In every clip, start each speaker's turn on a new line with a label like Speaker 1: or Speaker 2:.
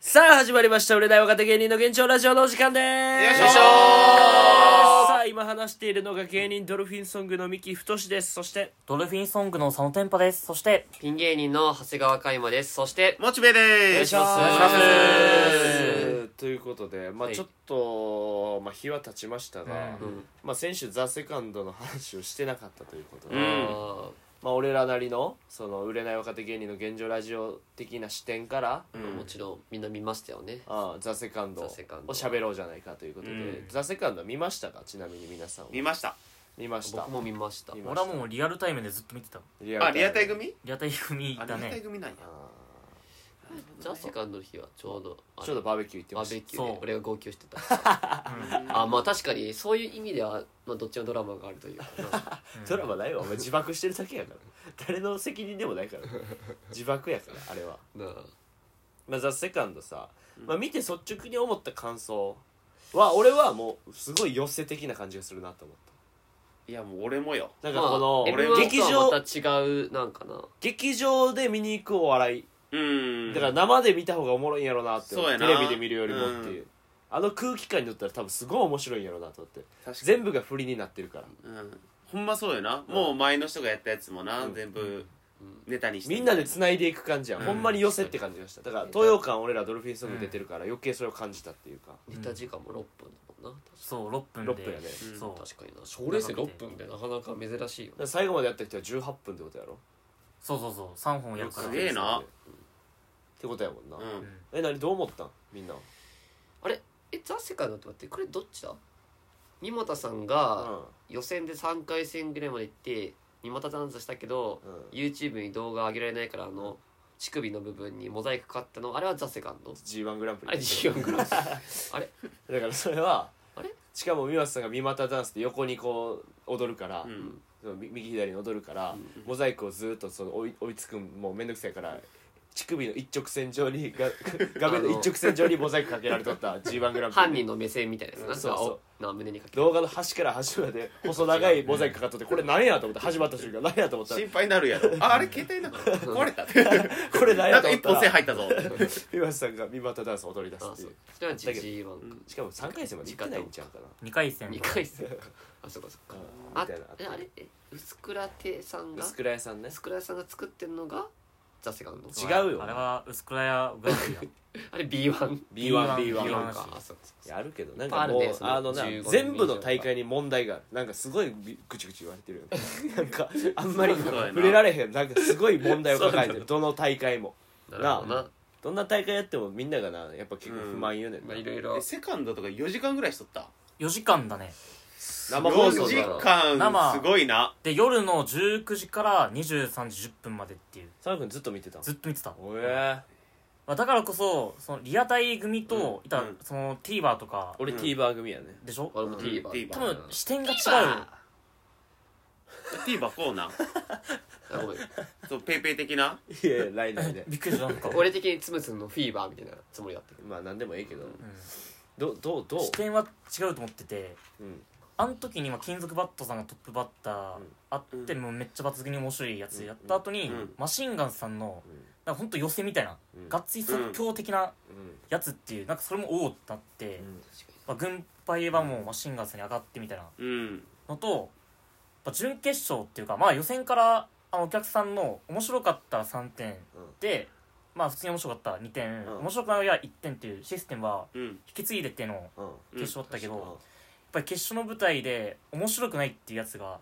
Speaker 1: さあ始まりました売れない若手芸人の現状ラジオのお時間です
Speaker 2: よいしょ
Speaker 1: さあ今話しているのが芸人ドルフィンソングの三木太志ですそして
Speaker 3: ドルフィンソングの佐野天パです。そして、
Speaker 4: ピン芸人の長谷川海馬です。そして、
Speaker 2: モチベです
Speaker 4: お願いしますお願いしま
Speaker 1: ということで、まあ、
Speaker 4: はい
Speaker 1: ちょっと、まあ、日は経ちましたが、
Speaker 4: ん
Speaker 1: まあ、先週「ザ・セカンドの話をしてなかったということで、
Speaker 4: あ
Speaker 1: まあ、俺らなりのその売れない若手芸人の現状ラジオ的な視点から「
Speaker 4: ーもちろんみんな見ましたよね。
Speaker 1: ああザ・セカンドを
Speaker 4: ザセカンド
Speaker 1: 喋ろうじゃないかということで「
Speaker 2: うん
Speaker 1: ザ・セカンドは見ましたかちなみに皆さんは
Speaker 2: 見ました
Speaker 1: 見ました
Speaker 4: 僕も見ました。
Speaker 1: 見ま
Speaker 3: 俺はもうリアルタイムでずっと見てた。
Speaker 1: リ
Speaker 2: あリアタイ
Speaker 1: ム
Speaker 2: 組
Speaker 3: リアタイ組
Speaker 2: あ
Speaker 3: だ
Speaker 2: リアタイ
Speaker 3: ね。
Speaker 2: 組なんや
Speaker 1: あ
Speaker 4: ザ・セカンドの日はちょうど、
Speaker 1: あ
Speaker 4: あ
Speaker 1: ちょうどバーベキュー行って
Speaker 4: バ
Speaker 1: まし
Speaker 4: ー
Speaker 1: た
Speaker 4: ベキュー
Speaker 3: そ
Speaker 4: で
Speaker 3: う
Speaker 4: 俺が号泣してた。あ、まあ確かにそういう意味では、まあどっちもドラマがあるという かな。
Speaker 1: ドラマないわ お前自爆してるだけやから誰の責任でもないから自爆やからあれは
Speaker 4: なあ
Speaker 1: まあ、ザ・セカンドさ、まあ、見て率直に思った感想は俺はもうすごい寄せ的な感じがするなと思っ
Speaker 2: いやもう俺もよ
Speaker 1: たなん
Speaker 4: ま
Speaker 1: かこ
Speaker 4: あ、
Speaker 1: の、
Speaker 2: 俺は
Speaker 4: M1
Speaker 1: 劇
Speaker 4: とは
Speaker 1: 場
Speaker 4: また違う、なんかな。
Speaker 1: 劇場で見に行くお笑い
Speaker 2: うん
Speaker 1: だから生で見た方がおもろいんやろなって思う
Speaker 2: そうやな
Speaker 1: テレビで見るよりもっていう、あの空気感に乗ったら多分すごい面白いんやろなと思って
Speaker 2: 確かに
Speaker 1: 全部が振りになってるから
Speaker 2: うんほんまそうよなもう前の人がやったやつもな
Speaker 1: うん
Speaker 2: 全部ネタにして
Speaker 1: みんなで繋いでいく感じやん、ほんまに寄せって感じがしただから東洋館俺らドルフィンソング出てるから余計それを感じたっていうか、
Speaker 4: ネタ時間も6分だもんな。
Speaker 3: そう、6分で。
Speaker 1: 6分やね
Speaker 2: うん
Speaker 3: そう。
Speaker 4: 確かにな。賞レースで6分ってなかなか珍しいよ
Speaker 1: だか。ら最後までやった人は18分ってことやろ
Speaker 3: そうそうそう。3本やるから。
Speaker 2: すげえな
Speaker 1: ってことやもんな、
Speaker 2: うん
Speaker 3: うん
Speaker 1: え何どう思ったんみんな
Speaker 4: あれえ、ザ・セカンドって待って、これどっちだ三股さんが、予選で3回戦ぐらいまで行って二股ダンスしたけど、
Speaker 1: うん
Speaker 4: YouTube に動画上げられないからあの乳首の部分にモザイクかかったのあれはザ・セカンド
Speaker 1: G1 グランプリ
Speaker 4: あれ14グラス
Speaker 1: だからそれは
Speaker 4: あれ
Speaker 1: しかも美和さんが三股ダンスって横にこう踊るから、
Speaker 2: うん
Speaker 1: その右左に踊るから、モザイクをずっとその追い追いつくんもうめんどくさいから乳首の一直線上にが画面の一直線上にモザイクかけられとった G1 グランプリ
Speaker 4: 犯人の目線みたいなやつな
Speaker 1: そうそう
Speaker 4: うな胸にかけて
Speaker 1: 動画の端から端まで細長いモザイクかかっとってこれ何やと思って始まった瞬間何やと思ったら
Speaker 2: 心配になる やろああれ携帯なんか壊れた
Speaker 1: これ何
Speaker 2: な
Speaker 1: や
Speaker 2: ん
Speaker 1: と
Speaker 2: か
Speaker 1: 思った
Speaker 2: 一本線
Speaker 1: ら
Speaker 2: 入ったぞ
Speaker 1: 美和さんが三股ダンスを踊り出す
Speaker 4: あ
Speaker 1: って
Speaker 4: そ
Speaker 1: いうう
Speaker 4: それは
Speaker 1: だけど
Speaker 4: G1 か
Speaker 1: しかも3回戦まで行ってないんちゃうかな
Speaker 3: 2回戦
Speaker 4: 2。回戦かあそっかそっか
Speaker 1: うん
Speaker 4: あ
Speaker 1: みたいなのあった
Speaker 4: えあれえ薄倉亭さんが
Speaker 1: 薄倉屋さんね
Speaker 4: 薄倉さんが作ってんのがザ・セカンド
Speaker 1: 違うよ
Speaker 3: あれは、薄倉屋グランプリだ。
Speaker 4: あれ B1
Speaker 1: B1
Speaker 3: B1
Speaker 1: B1
Speaker 4: かあそっかそっか
Speaker 1: やるけどなん
Speaker 4: いっぱい
Speaker 1: か
Speaker 4: ある
Speaker 1: もう
Speaker 4: ね
Speaker 1: あ,、
Speaker 4: その
Speaker 1: のな
Speaker 4: 15
Speaker 1: 全部の大会に問題があるなんかすごいぐちぐち言われてるよねなんかあんまり
Speaker 2: そうやな
Speaker 1: 触れられへんなんかすごい問題を抱えてるどの大会も
Speaker 4: なるほどな
Speaker 1: どんな大会やってもみんながなやっぱ結構不満言うねん
Speaker 4: ま
Speaker 1: な、
Speaker 4: あいろい
Speaker 2: え
Speaker 4: ろ
Speaker 2: セカンドとか4時間ぐらいしとった
Speaker 3: 4時間だね。
Speaker 1: 生放送
Speaker 2: 4時
Speaker 1: だから
Speaker 2: 間
Speaker 3: 生
Speaker 2: すごいな
Speaker 3: で、夜の19時から23時10分までっていう。
Speaker 1: 佐野君ずっと見てたん
Speaker 3: ずっと見てた。
Speaker 1: おえ
Speaker 3: まあだからこそ、そのリアタイ組と、いた
Speaker 2: うん、
Speaker 3: その TVer とか、
Speaker 1: 俺
Speaker 2: うん
Speaker 1: TVer 組やね
Speaker 3: でしょ
Speaker 4: 俺も TVer
Speaker 2: うん
Speaker 3: 多分、視点が違う。
Speaker 2: TVer4 な
Speaker 4: あごめん
Speaker 2: そうペイペイ的ない
Speaker 1: やいや来年で
Speaker 3: びっくりした、な んか。
Speaker 4: 俺的につむつむのフィーバーみたいなつもりだったけ
Speaker 1: まあ何でもいいけど、
Speaker 3: ん
Speaker 1: どどうどう
Speaker 3: 視点は違うと思ってて
Speaker 1: うん
Speaker 3: あの時にまあ金属バットさんがトップバッター
Speaker 1: うん
Speaker 3: あって、
Speaker 2: う
Speaker 3: もうめっちゃ抜群に面白いやつやった後に、
Speaker 2: うん
Speaker 3: マシンガンズさんの
Speaker 1: うん
Speaker 3: なんかほんと寄せみたいな、
Speaker 1: うん
Speaker 3: がっつり即興的な
Speaker 1: うん
Speaker 3: やつっていうなんかそれもおおってなって、
Speaker 1: うん
Speaker 3: まあ、軍配はもうマシンガンズさんに上がってみたいな
Speaker 2: うん
Speaker 3: のと、まあ、準決勝っていうかまあ予選からあのお客さんの面白かった3点で、まあ普通に面白かった2点、
Speaker 1: うん
Speaker 3: 面白くないは1点っていうシステムは
Speaker 2: うん
Speaker 3: 引き継いでっての
Speaker 1: うん
Speaker 3: 決勝だったけど、
Speaker 1: うん
Speaker 3: やっぱり決勝の舞台で面白くないっていうやつが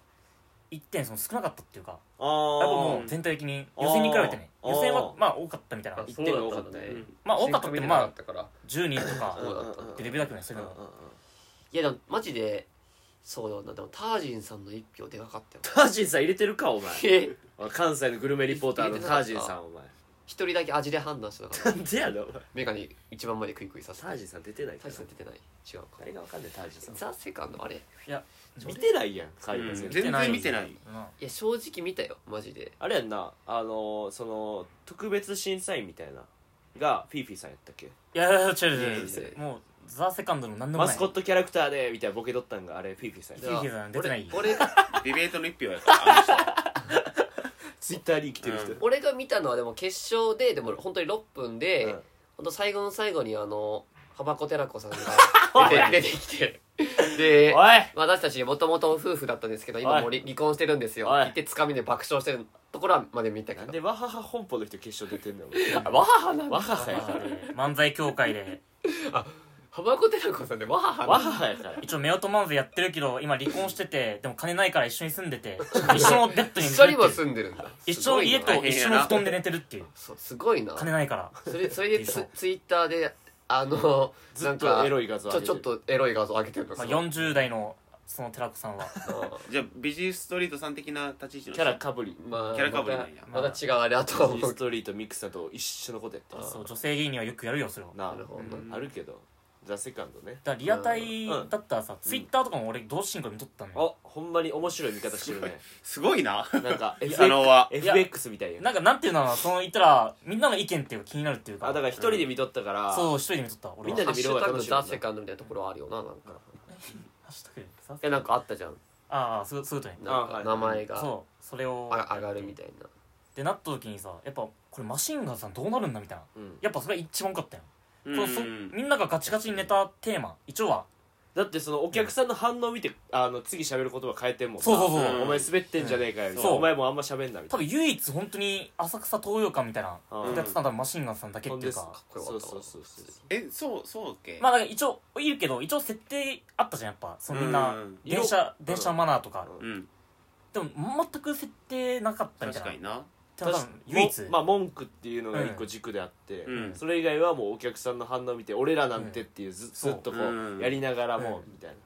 Speaker 3: 1点その少なかったっていうか
Speaker 1: あ
Speaker 3: やっぱも
Speaker 1: あ
Speaker 3: う全体的に予選に比べてね
Speaker 1: あー
Speaker 3: 予選はまあ多かったみたい
Speaker 4: ど
Speaker 3: な
Speaker 1: そうだったんだ
Speaker 2: う
Speaker 1: ね
Speaker 2: ん
Speaker 3: まあ多かったって
Speaker 4: も
Speaker 3: まあ
Speaker 4: たから
Speaker 3: 10人とか
Speaker 4: そうだった
Speaker 3: でレベルだけどねそういうのが
Speaker 4: いやでもマジでそうだなでもタージンさんの一票でかかった よ
Speaker 1: タージンさん入れてるかお前
Speaker 4: え
Speaker 1: 関西のグルメリポーターのタージンさんお前
Speaker 4: 一人だけ味で判断してなかった
Speaker 1: なんでやねんお前
Speaker 4: メガネ一番前でクイクイさせ
Speaker 1: タ
Speaker 4: て
Speaker 1: ージンさん出てない
Speaker 4: タ
Speaker 1: か
Speaker 4: ー
Speaker 1: ら
Speaker 4: ジンさん出てない違うか
Speaker 1: 誰がわかんないタージンさん
Speaker 4: ザ・セカンドあれい
Speaker 1: 見てないやん海外
Speaker 2: うん
Speaker 1: 全
Speaker 2: 全
Speaker 1: 然
Speaker 2: 然見てない
Speaker 3: うん
Speaker 4: や正直見たよマジで
Speaker 1: あれやんなあのーその特別審査員みたいながフィーフィーさんやったっけ
Speaker 3: いやいやいや違う違う
Speaker 4: いや
Speaker 3: 違
Speaker 4: いうや
Speaker 3: もうザ・セカンドの何でも
Speaker 1: マ
Speaker 3: ない
Speaker 1: スコットキャラクターでみたいなボケ取ったんがあれフィーフィーさんや
Speaker 3: じゃヒーヒーさん出てないよ
Speaker 4: 俺 俺が
Speaker 2: ディベートの一票やからあの人
Speaker 1: ツイッターに生きてる人
Speaker 2: うん
Speaker 4: 俺が見たのはでも決勝ででも本当に6分で、
Speaker 1: うん
Speaker 4: ほんと最後の最後にあの浜子寺 子さんが出て出てきてで
Speaker 1: おい
Speaker 4: 私たちもともと夫婦だったんですけど今もう離離婚してるんですよ
Speaker 1: おい
Speaker 4: 言ってつかみで爆笑してるところまで見たけ
Speaker 1: なん
Speaker 4: ど
Speaker 1: でワハハ本舗の人決勝出てんの
Speaker 4: あわははなん
Speaker 1: ワ
Speaker 4: だ
Speaker 1: ハハやから
Speaker 3: 漫才協会で
Speaker 4: 浜子寺子さんでわはは
Speaker 1: ワ
Speaker 4: なんだ
Speaker 1: ハハやから
Speaker 3: 一応夫婦漫才やってるけど今離婚しててでも金ないから一緒に住んでて一緒のベッドに
Speaker 4: 一緒に
Speaker 3: 寝
Speaker 4: も
Speaker 3: てる
Speaker 4: 住んでるんだ
Speaker 3: 一緒の家と
Speaker 4: すごいな
Speaker 3: 一緒の布団で寝てるっていう
Speaker 4: そうすごいな
Speaker 3: 金ないから
Speaker 4: それそれで
Speaker 3: そ
Speaker 4: ツ
Speaker 3: う
Speaker 4: ツイッターであの
Speaker 1: ず
Speaker 4: な
Speaker 1: っ
Speaker 4: んか
Speaker 1: とエロい画像
Speaker 4: ち
Speaker 1: 上げて
Speaker 4: ょちょっ
Speaker 1: る
Speaker 4: とエロい画像上げてるの
Speaker 3: まあ、
Speaker 4: そう
Speaker 3: 40代のその寺子さんは
Speaker 2: じゃあビジストリートさん的な立ち位置の
Speaker 1: キャラかぶり
Speaker 4: まあ
Speaker 2: キャラかぶりなんや
Speaker 4: またまた違うあれあとは思
Speaker 1: ス
Speaker 4: う
Speaker 1: トリートミックスだと一緒のことやった
Speaker 4: あ
Speaker 3: そう女性芸人はよくやるよそれはだか
Speaker 1: な
Speaker 4: なるほど
Speaker 1: あるけどザ・セカンドね
Speaker 3: らリアタイだったらさ、ツイッターとかも俺同時進行で見とったのよ
Speaker 1: あほんまに面白い見方してるね
Speaker 2: すごいな
Speaker 1: なんか
Speaker 2: あのは
Speaker 1: FX みたいや
Speaker 3: なんかなんていうのかなその言ったらみんなの意見っていうか気になるっていうか
Speaker 1: あだから一人で見とったから
Speaker 3: そう一人で見とった俺は
Speaker 1: みんな
Speaker 4: ハ
Speaker 1: で
Speaker 4: ッシ
Speaker 1: 見る方が
Speaker 4: ュタ
Speaker 1: 楽
Speaker 4: グ
Speaker 1: しいもんな
Speaker 4: ザセカンドみたいなところはあるよななんか
Speaker 3: ハッシュタグでさ
Speaker 4: えなんかあったじゃん
Speaker 3: ああそうそういうことね
Speaker 4: なん
Speaker 1: あは
Speaker 4: か
Speaker 1: い
Speaker 4: 名前が
Speaker 3: そうそれを
Speaker 4: あ上がるみたいな
Speaker 3: でなった時にさやっぱこれマシンガンさんどうなるんだみたいな
Speaker 1: うん
Speaker 3: やっぱそれが一番多かったよ、
Speaker 2: うん
Speaker 3: そうそみんながガチガチにネタテーマ一応は
Speaker 1: だってそのお客さんの反応見てあの次喋る言葉変えてんもんな
Speaker 3: そうそうそう
Speaker 1: お前滑ってんじゃねえかよ
Speaker 3: そう
Speaker 1: お前もあんま喋んなみた
Speaker 3: 多
Speaker 1: いな
Speaker 3: 分唯一本当に浅草東洋館みたいな
Speaker 1: あ
Speaker 3: や
Speaker 1: ー
Speaker 3: つやってたのはマシンガンさんだけっていう
Speaker 1: ほん
Speaker 3: か
Speaker 1: で
Speaker 4: これ終わったわ
Speaker 1: そうそうそうそう
Speaker 2: えそうそうっけ
Speaker 3: まあだから一応いるけど一応設定あったじゃんやっぱそのみんな
Speaker 2: うん
Speaker 3: 電車電車のマナーとか
Speaker 2: うん
Speaker 3: でも全く設定なかったみた
Speaker 2: 確
Speaker 3: い
Speaker 2: か
Speaker 3: な
Speaker 2: にな
Speaker 3: 多分唯一
Speaker 1: まあ文句っていうのが一個軸であって、
Speaker 2: うん
Speaker 1: それ以外はもうお客さんの反応見て俺らなんてっていうず,、
Speaker 3: そう
Speaker 1: ずっとこ
Speaker 2: うん
Speaker 1: うやりながらも
Speaker 3: うん
Speaker 1: みたいな、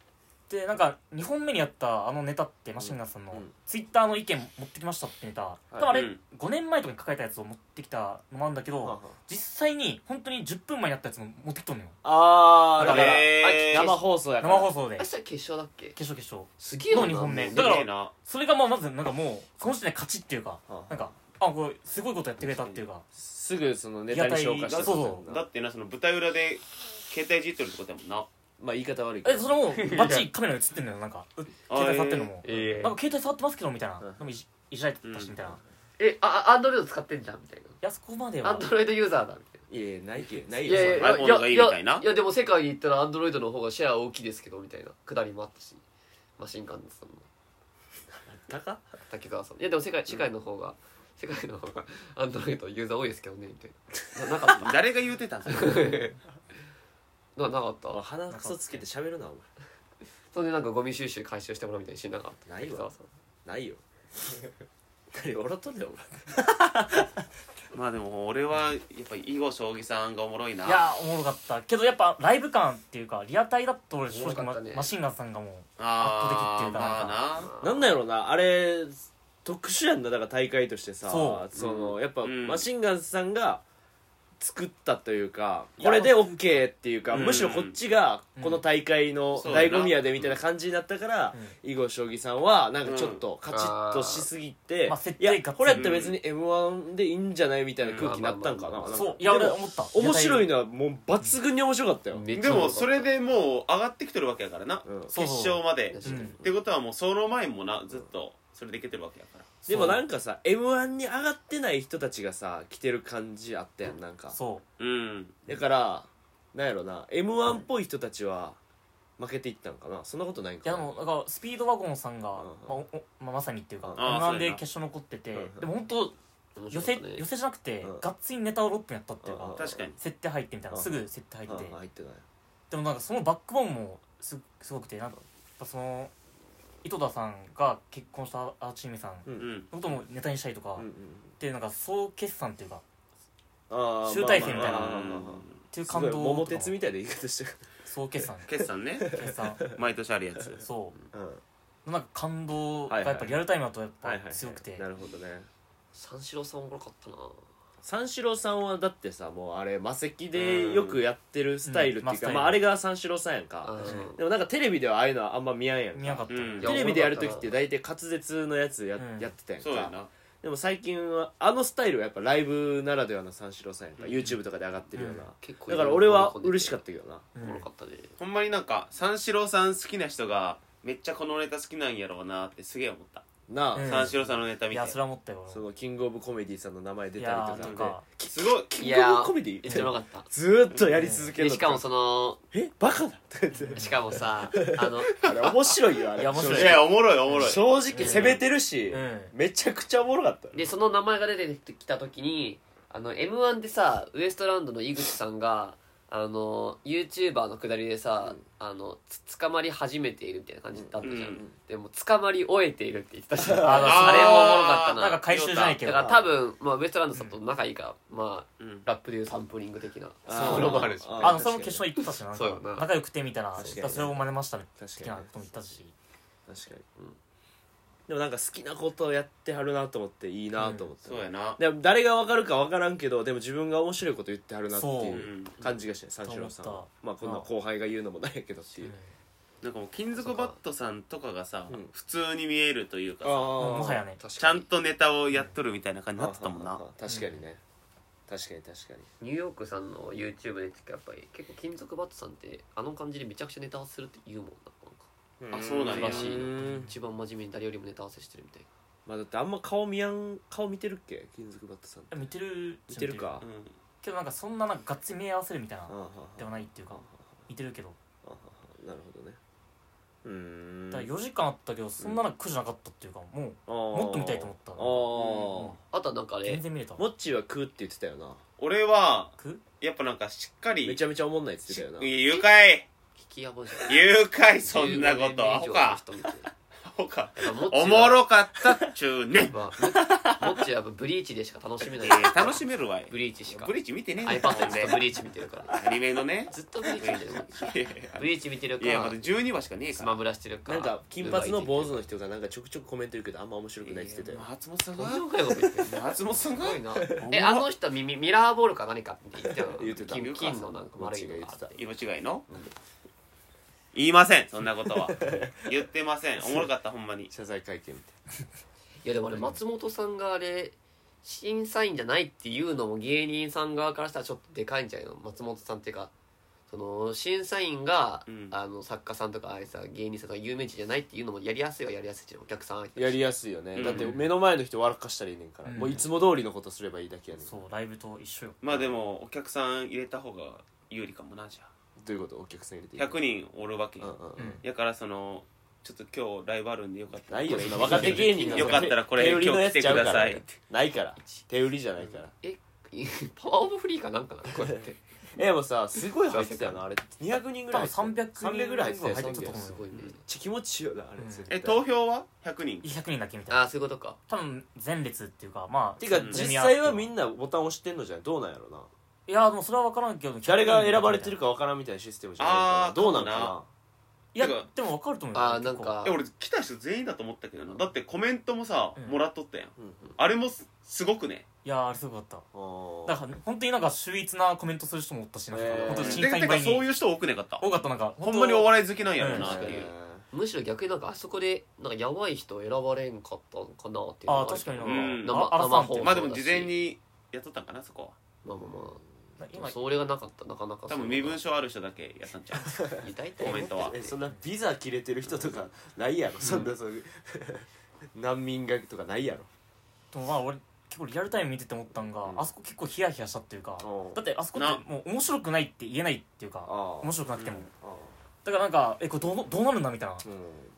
Speaker 3: でなんか2本目にやったあのネタってマシンガンさんの
Speaker 1: うん
Speaker 3: ツイッターの意見持ってきましたってネタ多分あれ
Speaker 2: うん
Speaker 3: 5年前とかに書かれたやつを持ってきたのもあるんだけ
Speaker 1: は
Speaker 3: ど実際に本当に10分前にやったやつも持ってきとんのよ
Speaker 1: ああーだから、
Speaker 2: えー
Speaker 1: 生放送や
Speaker 3: 生
Speaker 1: から
Speaker 3: 放送で
Speaker 4: えそれ決勝だっけ
Speaker 3: 決勝決勝
Speaker 4: すげえよな
Speaker 3: の二本目
Speaker 4: もう
Speaker 3: だから
Speaker 2: すげえな
Speaker 3: それがまあまずなんかもうその時点で勝ちっていうか
Speaker 1: はあ
Speaker 3: なんかあこれすごいことやってくれたっていうか
Speaker 1: すぐそのネタに消化して
Speaker 3: そうそう
Speaker 2: だってなその舞台裏で携帯いじっとるってことやもんな
Speaker 1: まあ言い方悪いけ
Speaker 3: え
Speaker 1: ど
Speaker 3: それもバッチリカメラに映ってんのよなんかう携帯触ってんのも
Speaker 4: え
Speaker 3: なんか携帯触ってますけどみたいな
Speaker 1: うん
Speaker 3: でもいじいじられてたしみたいない
Speaker 4: ええあアンドロイド使ってんじゃんみたい
Speaker 3: やそこまで
Speaker 4: なア
Speaker 3: は
Speaker 4: ンドロイドユーザーだみたいない
Speaker 1: やいやないけない
Speaker 4: い
Speaker 1: よ
Speaker 4: やいや
Speaker 1: そんな
Speaker 2: iPhone
Speaker 4: いや
Speaker 2: の方がいいみたいない
Speaker 4: やでも世界に行ったらアンドロイドの方がシェア大きいですけどみたいなくだりもあったしマシンガンズさんの
Speaker 1: 高
Speaker 4: 竹川さんいやでも世界世界の方が世界の方がアンドロイドユーザー多いですけどねみたいなななかっ
Speaker 2: 誰が言うてたんそれ
Speaker 4: たななかった
Speaker 1: あ鼻くそつけて喋るなお
Speaker 4: それでなんかゴミ収集回収してもらうみたいにしなかった
Speaker 1: ないわ
Speaker 4: 滝沢さん
Speaker 1: 前 ないよ何笑っとんねんお前
Speaker 2: まあでも俺はやっぱ囲碁将棋さんがおもろいない
Speaker 3: やおもろかったけどやっぱライブ感っていうかリアタイだと俺正
Speaker 4: おもろか
Speaker 3: 直、
Speaker 4: った
Speaker 3: ま
Speaker 4: ね
Speaker 3: マシンガンさんがもう
Speaker 2: あ
Speaker 3: 圧倒的ってい
Speaker 2: ー
Speaker 3: うか
Speaker 2: ま
Speaker 3: なんか
Speaker 2: あな
Speaker 1: なんなんやろなあれ特殊やんなだから大会としてさ
Speaker 3: そ
Speaker 1: のやっぱ、
Speaker 2: うん
Speaker 1: マシンガンズさんが作ったというか
Speaker 3: いや
Speaker 1: これで OK っていうか、
Speaker 2: うん
Speaker 1: むしろこっちがこの大会の
Speaker 2: そうやな
Speaker 1: 醍醐味やでみたいな感じになったから、囲碁将棋さんはなんかちょっとカチッとしすぎて、
Speaker 3: うんまあ設
Speaker 1: いや
Speaker 3: 定が
Speaker 1: これやったら別に m 1でいいんじゃないみたいな空気になったんかな,、
Speaker 4: うんまあまあまあ
Speaker 3: そういや俺
Speaker 1: でも
Speaker 3: 思った
Speaker 1: 面白い
Speaker 3: の
Speaker 1: のはもう抜群に面白かったよ、
Speaker 4: めっち
Speaker 2: で
Speaker 4: ゃ
Speaker 2: もそれ
Speaker 4: で
Speaker 2: でもう上がってきてるわけやからな、
Speaker 1: うん
Speaker 2: 決勝まで
Speaker 4: 確かに、
Speaker 3: うん
Speaker 2: ってことはもうその前もなずっとそれでいけてるわけやから
Speaker 1: でもなんかさ m 1に上がってない人たちがさ来てる感じあったやんなんか
Speaker 3: そ
Speaker 2: うん
Speaker 1: だからなんやろな m 1っぽい人たちは負けていったのかなそんなことないん
Speaker 3: うい
Speaker 1: か
Speaker 3: や
Speaker 1: な
Speaker 3: でもなんかスピードワゴンさんが、
Speaker 1: んうん
Speaker 3: まあおおまあ、まさにっていうか
Speaker 1: うん
Speaker 3: m
Speaker 2: あー
Speaker 3: 1
Speaker 2: そうや
Speaker 3: で
Speaker 2: な
Speaker 3: 決勝残ってて、
Speaker 1: うんうん
Speaker 3: でも本当寄せ寄
Speaker 4: 寄
Speaker 3: せじゃなくて、
Speaker 1: うん
Speaker 3: がっつりネタを6分やったっていうか、
Speaker 1: うんうん
Speaker 2: 確かに
Speaker 3: 設定入ってみたいな、
Speaker 1: うん
Speaker 3: すぐ設定入って、
Speaker 1: うん入ってない
Speaker 3: でもなんかそのバックボーンもすすごくてなんかやっぱその井戸田さんが結婚したアーチーミさん
Speaker 1: う
Speaker 2: うんん
Speaker 3: のこともネタにしたりとか、
Speaker 1: うんう
Speaker 3: っ
Speaker 1: ん
Speaker 3: ていうなんか総決算っていうかっ
Speaker 1: あー
Speaker 3: 集大成みたい
Speaker 1: ま
Speaker 3: な
Speaker 1: あまあまあまあまあ
Speaker 3: ていう
Speaker 1: す
Speaker 3: 感
Speaker 1: ご
Speaker 3: 動
Speaker 1: い
Speaker 3: とかも
Speaker 1: 桃鉄みたいな言い方してる
Speaker 3: 総決算
Speaker 2: 決算ね
Speaker 3: 決算
Speaker 2: 毎年あるやつ
Speaker 3: そ
Speaker 1: うん
Speaker 3: うなんか感動がやっぱリアルタイムだとやっ
Speaker 1: はい
Speaker 3: ぱ
Speaker 1: はい
Speaker 3: 強くて
Speaker 1: なるほどね
Speaker 4: 三四郎さんおもろかったな
Speaker 1: 三四郎さんはだってさもうあれ魔石でよくやってるスタイルっていうか、
Speaker 3: うん
Speaker 1: まあ、あれが三四郎さんやんか、
Speaker 4: うん
Speaker 1: でもなんかテレビではああいうのはあんま見やんやんか
Speaker 3: 見なかった、
Speaker 2: うん
Speaker 1: テレビでやる時って大体滑舌のやつや,、
Speaker 3: うん
Speaker 1: やってたやんか
Speaker 2: そうやな
Speaker 1: でも最近はあのスタイルはやっぱライブならではの三四郎さんやんか、
Speaker 2: うん
Speaker 1: YouTube とかで上がってるような、
Speaker 4: 結
Speaker 1: だから俺は嬉しかったけどな
Speaker 3: う
Speaker 4: おもろ
Speaker 3: ん
Speaker 4: かったね
Speaker 2: ほんまになんか三四郎さん好きな人がめっちゃこのネタ好きなんやろうなってすげえ思った
Speaker 1: なあ、
Speaker 3: うん
Speaker 2: 三四郎さんのネタ
Speaker 3: い
Speaker 2: 見て
Speaker 3: やそれは思ったよ
Speaker 1: そのキングオブコメディさんの名前出
Speaker 3: い
Speaker 1: たり
Speaker 3: や
Speaker 1: と
Speaker 3: ーなん
Speaker 1: か
Speaker 3: か
Speaker 1: できすごいキングオブコメディ
Speaker 4: めっちゃうまかった
Speaker 1: ずーっとやり続ける
Speaker 4: で
Speaker 1: の
Speaker 4: しかもその
Speaker 1: えバカだとか言って
Speaker 4: しかもさあの
Speaker 1: あれ面白いよあれ
Speaker 3: いや 面白
Speaker 2: い
Speaker 1: 正
Speaker 2: やいやおもろいおもろい
Speaker 1: 直正直攻めてるし、
Speaker 3: うん
Speaker 1: めちゃくちゃおもろかった
Speaker 4: でその名前が出てきた時にあの m 1でさウエストランドの井口さんがあの YouTuber のくだりでさ、あのつ捕まり始めているみたいな感じだったじゃん、
Speaker 2: うん
Speaker 4: でも捕まり終えているって言ってたじゃん
Speaker 3: あの
Speaker 4: あれもおもろかったな
Speaker 3: なんか回収じゃないけ
Speaker 4: だ
Speaker 3: ど
Speaker 4: から多分、まあ、ウエストランドさんと仲いいから、まあ
Speaker 2: うん
Speaker 4: ラップでいうサンプリング的な
Speaker 1: あー
Speaker 4: そういうのもあるし
Speaker 1: あー
Speaker 3: あのそれも決勝行ったしな
Speaker 4: そうよな
Speaker 3: 仲良くてみたいな
Speaker 1: 確かに
Speaker 3: それを真似ましたね
Speaker 1: 確
Speaker 3: 好き
Speaker 1: か
Speaker 3: な
Speaker 1: に
Speaker 3: ことも言ったし
Speaker 1: 確かに、でもなんか好きなことをやってはるなと思っていいなと思って、
Speaker 2: そうやな
Speaker 1: でも誰が分かるか分からんけどでも自分が面白いこと言ってはるなって
Speaker 3: そう
Speaker 1: いううん感じがして三四郎さん
Speaker 3: と思
Speaker 1: は
Speaker 3: っ
Speaker 1: まあこんな後輩が言うのもないけどっていう、
Speaker 2: なんかもう金属バットさんとかがさ
Speaker 1: うん
Speaker 2: 普通に見えるというか
Speaker 1: ああ
Speaker 2: さ
Speaker 3: もはやね
Speaker 4: 確
Speaker 2: ちゃ
Speaker 4: かに
Speaker 2: んとネタをやっとるみたいな感じになってたもん
Speaker 1: は
Speaker 2: な
Speaker 1: はは確かにね、確かに確かに
Speaker 4: ニューヨークさんの YouTube でやっぱり結構金属バットさんってあの感じでめちゃくちゃネタ合わせするって言うもんななんか
Speaker 2: あそうなんや
Speaker 4: らしいよ
Speaker 1: うん
Speaker 4: 一番真面目に誰よりもネタ合わせしてるみたいな
Speaker 1: まあだってあんま顔見やん顔見てるっけ金属バットさん
Speaker 3: 見てる
Speaker 1: 見てるか
Speaker 2: うん
Speaker 3: けどなんかそんななんかがっつり目合わせるみたいな
Speaker 1: あああ
Speaker 3: ではないっていうか見てるけど
Speaker 1: あああなるほどねうーん
Speaker 3: だ4時間あったけどそんななんか苦じゃなかったっていうかもう
Speaker 1: も
Speaker 3: もっと見たいと思った
Speaker 1: あー
Speaker 3: うん
Speaker 4: あとはなんかあれ
Speaker 3: 全然見れた
Speaker 1: モッチーは食うって言ってたよな
Speaker 2: 俺は
Speaker 3: く
Speaker 2: やっぱなんかしっかり
Speaker 1: めちゃめちゃおもんないって
Speaker 2: し
Speaker 1: 言ってたよな
Speaker 2: 誘拐
Speaker 4: 聞きやばじゃん
Speaker 2: 誘拐そんなことアホかアホかおもろかったっちゅうね
Speaker 4: もっちはやっぱブリーチでしか楽しめない
Speaker 2: えー楽しめるわい
Speaker 4: ブリーチしか
Speaker 2: ブリーチ見てねえんだ
Speaker 4: iPad でずっとブリーチ見てるから
Speaker 2: アニメの ね
Speaker 4: ずっとブリーチ見てるから
Speaker 2: いやいや
Speaker 4: ブリーチ見てる
Speaker 2: いやま
Speaker 4: か
Speaker 2: だ12話しかねえ
Speaker 4: ス
Speaker 2: か
Speaker 4: マ
Speaker 2: ら
Speaker 4: ブラしてるか
Speaker 1: なんか金髪の坊主
Speaker 4: の
Speaker 1: の人がなんかちょくちょくコメント言うけどあんま面白くないって言ってたよ
Speaker 2: 松本さん
Speaker 4: と
Speaker 2: が
Speaker 4: んでもないこと言ってる
Speaker 2: 松本さん
Speaker 4: す
Speaker 2: が
Speaker 4: ごいなえあの人ミミミラーボールか何かって言ってたの
Speaker 1: 言ってた
Speaker 4: 金金のなんか
Speaker 1: モッ
Speaker 4: 丸
Speaker 1: チ
Speaker 4: い
Speaker 1: ーが
Speaker 4: の
Speaker 1: 言っ
Speaker 4: が
Speaker 1: てた
Speaker 2: 色違いの言いませんそん なことは言ってませんおもろかったほんまに
Speaker 1: 謝罪会見み
Speaker 4: いやでもあれ松本さんがあれ審査員じゃないっていうのも芸人さん側からしたらちょっとでかいんじゃないの松本さんっていうかその審査員が、
Speaker 2: うん
Speaker 4: あの作家さんとかああいうさ芸人さんとか有名人じゃないっていうのもやりやすいはやりやすいじゃんお客さん相手
Speaker 1: たいなやりやすいよね
Speaker 2: うん
Speaker 1: だって目の前の人笑かしたらいいねんから
Speaker 3: うん
Speaker 1: もういつも通りのことすればいいだけやねん
Speaker 3: そ
Speaker 1: ど
Speaker 3: うライブと一緒よ
Speaker 2: まあでもお客さん入れた方が有利かもなじゃ
Speaker 1: ういうことお客さん入れていい
Speaker 2: あ100人おるわけ
Speaker 1: うんうんうん
Speaker 3: うん
Speaker 2: やからそのちょっと今日ライブあるんでよかったら
Speaker 1: ないよそんな若手芸人が
Speaker 2: よかったらこれ
Speaker 1: 手売りのやつちゃうから
Speaker 2: 今日来てくださいって
Speaker 1: ないから手売りじゃないから
Speaker 4: えパワーオブフリーかなんかなこれって
Speaker 1: えでもさすごい入ってたよなあれ200人ぐらい
Speaker 3: 多分300人
Speaker 1: ぐらい入ってたよ300
Speaker 3: 入ってたと思う
Speaker 1: めっ
Speaker 4: すごいね
Speaker 1: ちゃ気持ちいいよなあれ
Speaker 3: うん
Speaker 1: 絶対
Speaker 2: え投票は100人
Speaker 3: 100人だけみたい
Speaker 4: あ
Speaker 3: な
Speaker 4: あそういうことか
Speaker 3: 多分前列っていうかまあ
Speaker 1: てか
Speaker 2: うん
Speaker 1: 実際はみんなボタン押してんのじゃないどうなんやろない
Speaker 3: やでもそれは分からんけど
Speaker 1: 誰が選ばれてる
Speaker 3: か
Speaker 1: かわからんみたいなシステムじゃないから
Speaker 2: あー
Speaker 1: どうなん
Speaker 2: かもない
Speaker 1: か
Speaker 3: いや
Speaker 2: てか
Speaker 3: でも分かると思うよ
Speaker 4: ああなんか
Speaker 2: え俺来た人全員だと思ったけどなだってコメントもさ
Speaker 3: うん
Speaker 2: もらっとったやん
Speaker 1: なうんうん
Speaker 2: あれもすすごくね
Speaker 3: いやあれすごかった
Speaker 1: あ
Speaker 3: だから本当になんか秀逸なコメントする人もおったしなんか
Speaker 1: へー
Speaker 3: 本当に
Speaker 2: で
Speaker 3: 審査
Speaker 2: て
Speaker 3: 員
Speaker 2: か
Speaker 3: 倍
Speaker 2: そう
Speaker 3: に
Speaker 2: いう人多くねかった
Speaker 3: 多かったなんか
Speaker 2: ほんまにお
Speaker 3: わ
Speaker 2: 笑い好きなんやろうなっていう
Speaker 1: ー
Speaker 4: むしろ逆になんかあそこでなんかやばい人選ばれんかったのかなっていうの
Speaker 3: あ
Speaker 4: が
Speaker 3: あ
Speaker 4: る
Speaker 3: 確かにな
Speaker 2: うん
Speaker 3: んか
Speaker 4: 生
Speaker 3: あらさんって
Speaker 4: 生放
Speaker 2: ま
Speaker 4: 送
Speaker 2: あでも事前にやっとったんかなそこは
Speaker 4: まあまあまあでも
Speaker 3: 今
Speaker 4: それがなかったなかなか
Speaker 2: 多分身分証ある人だけやったんちゃう
Speaker 4: 大体
Speaker 2: コメントは
Speaker 1: えそんなビザ切れてる人とかないやろそんなそういう 難民がとかないやろ
Speaker 3: でもまあ俺結構リアルタイム見てて思ったんが、
Speaker 1: うん
Speaker 3: あそこ結構ヒヤヒヤしたっていうか、
Speaker 1: うん
Speaker 3: だってあそこっ
Speaker 2: な
Speaker 3: てもう面白くないって言えないっていうか
Speaker 1: あー
Speaker 3: 面白くなくても、
Speaker 2: うん
Speaker 1: あ
Speaker 3: だからなんかえこれどうのどうなるんだみたいな、
Speaker 1: ー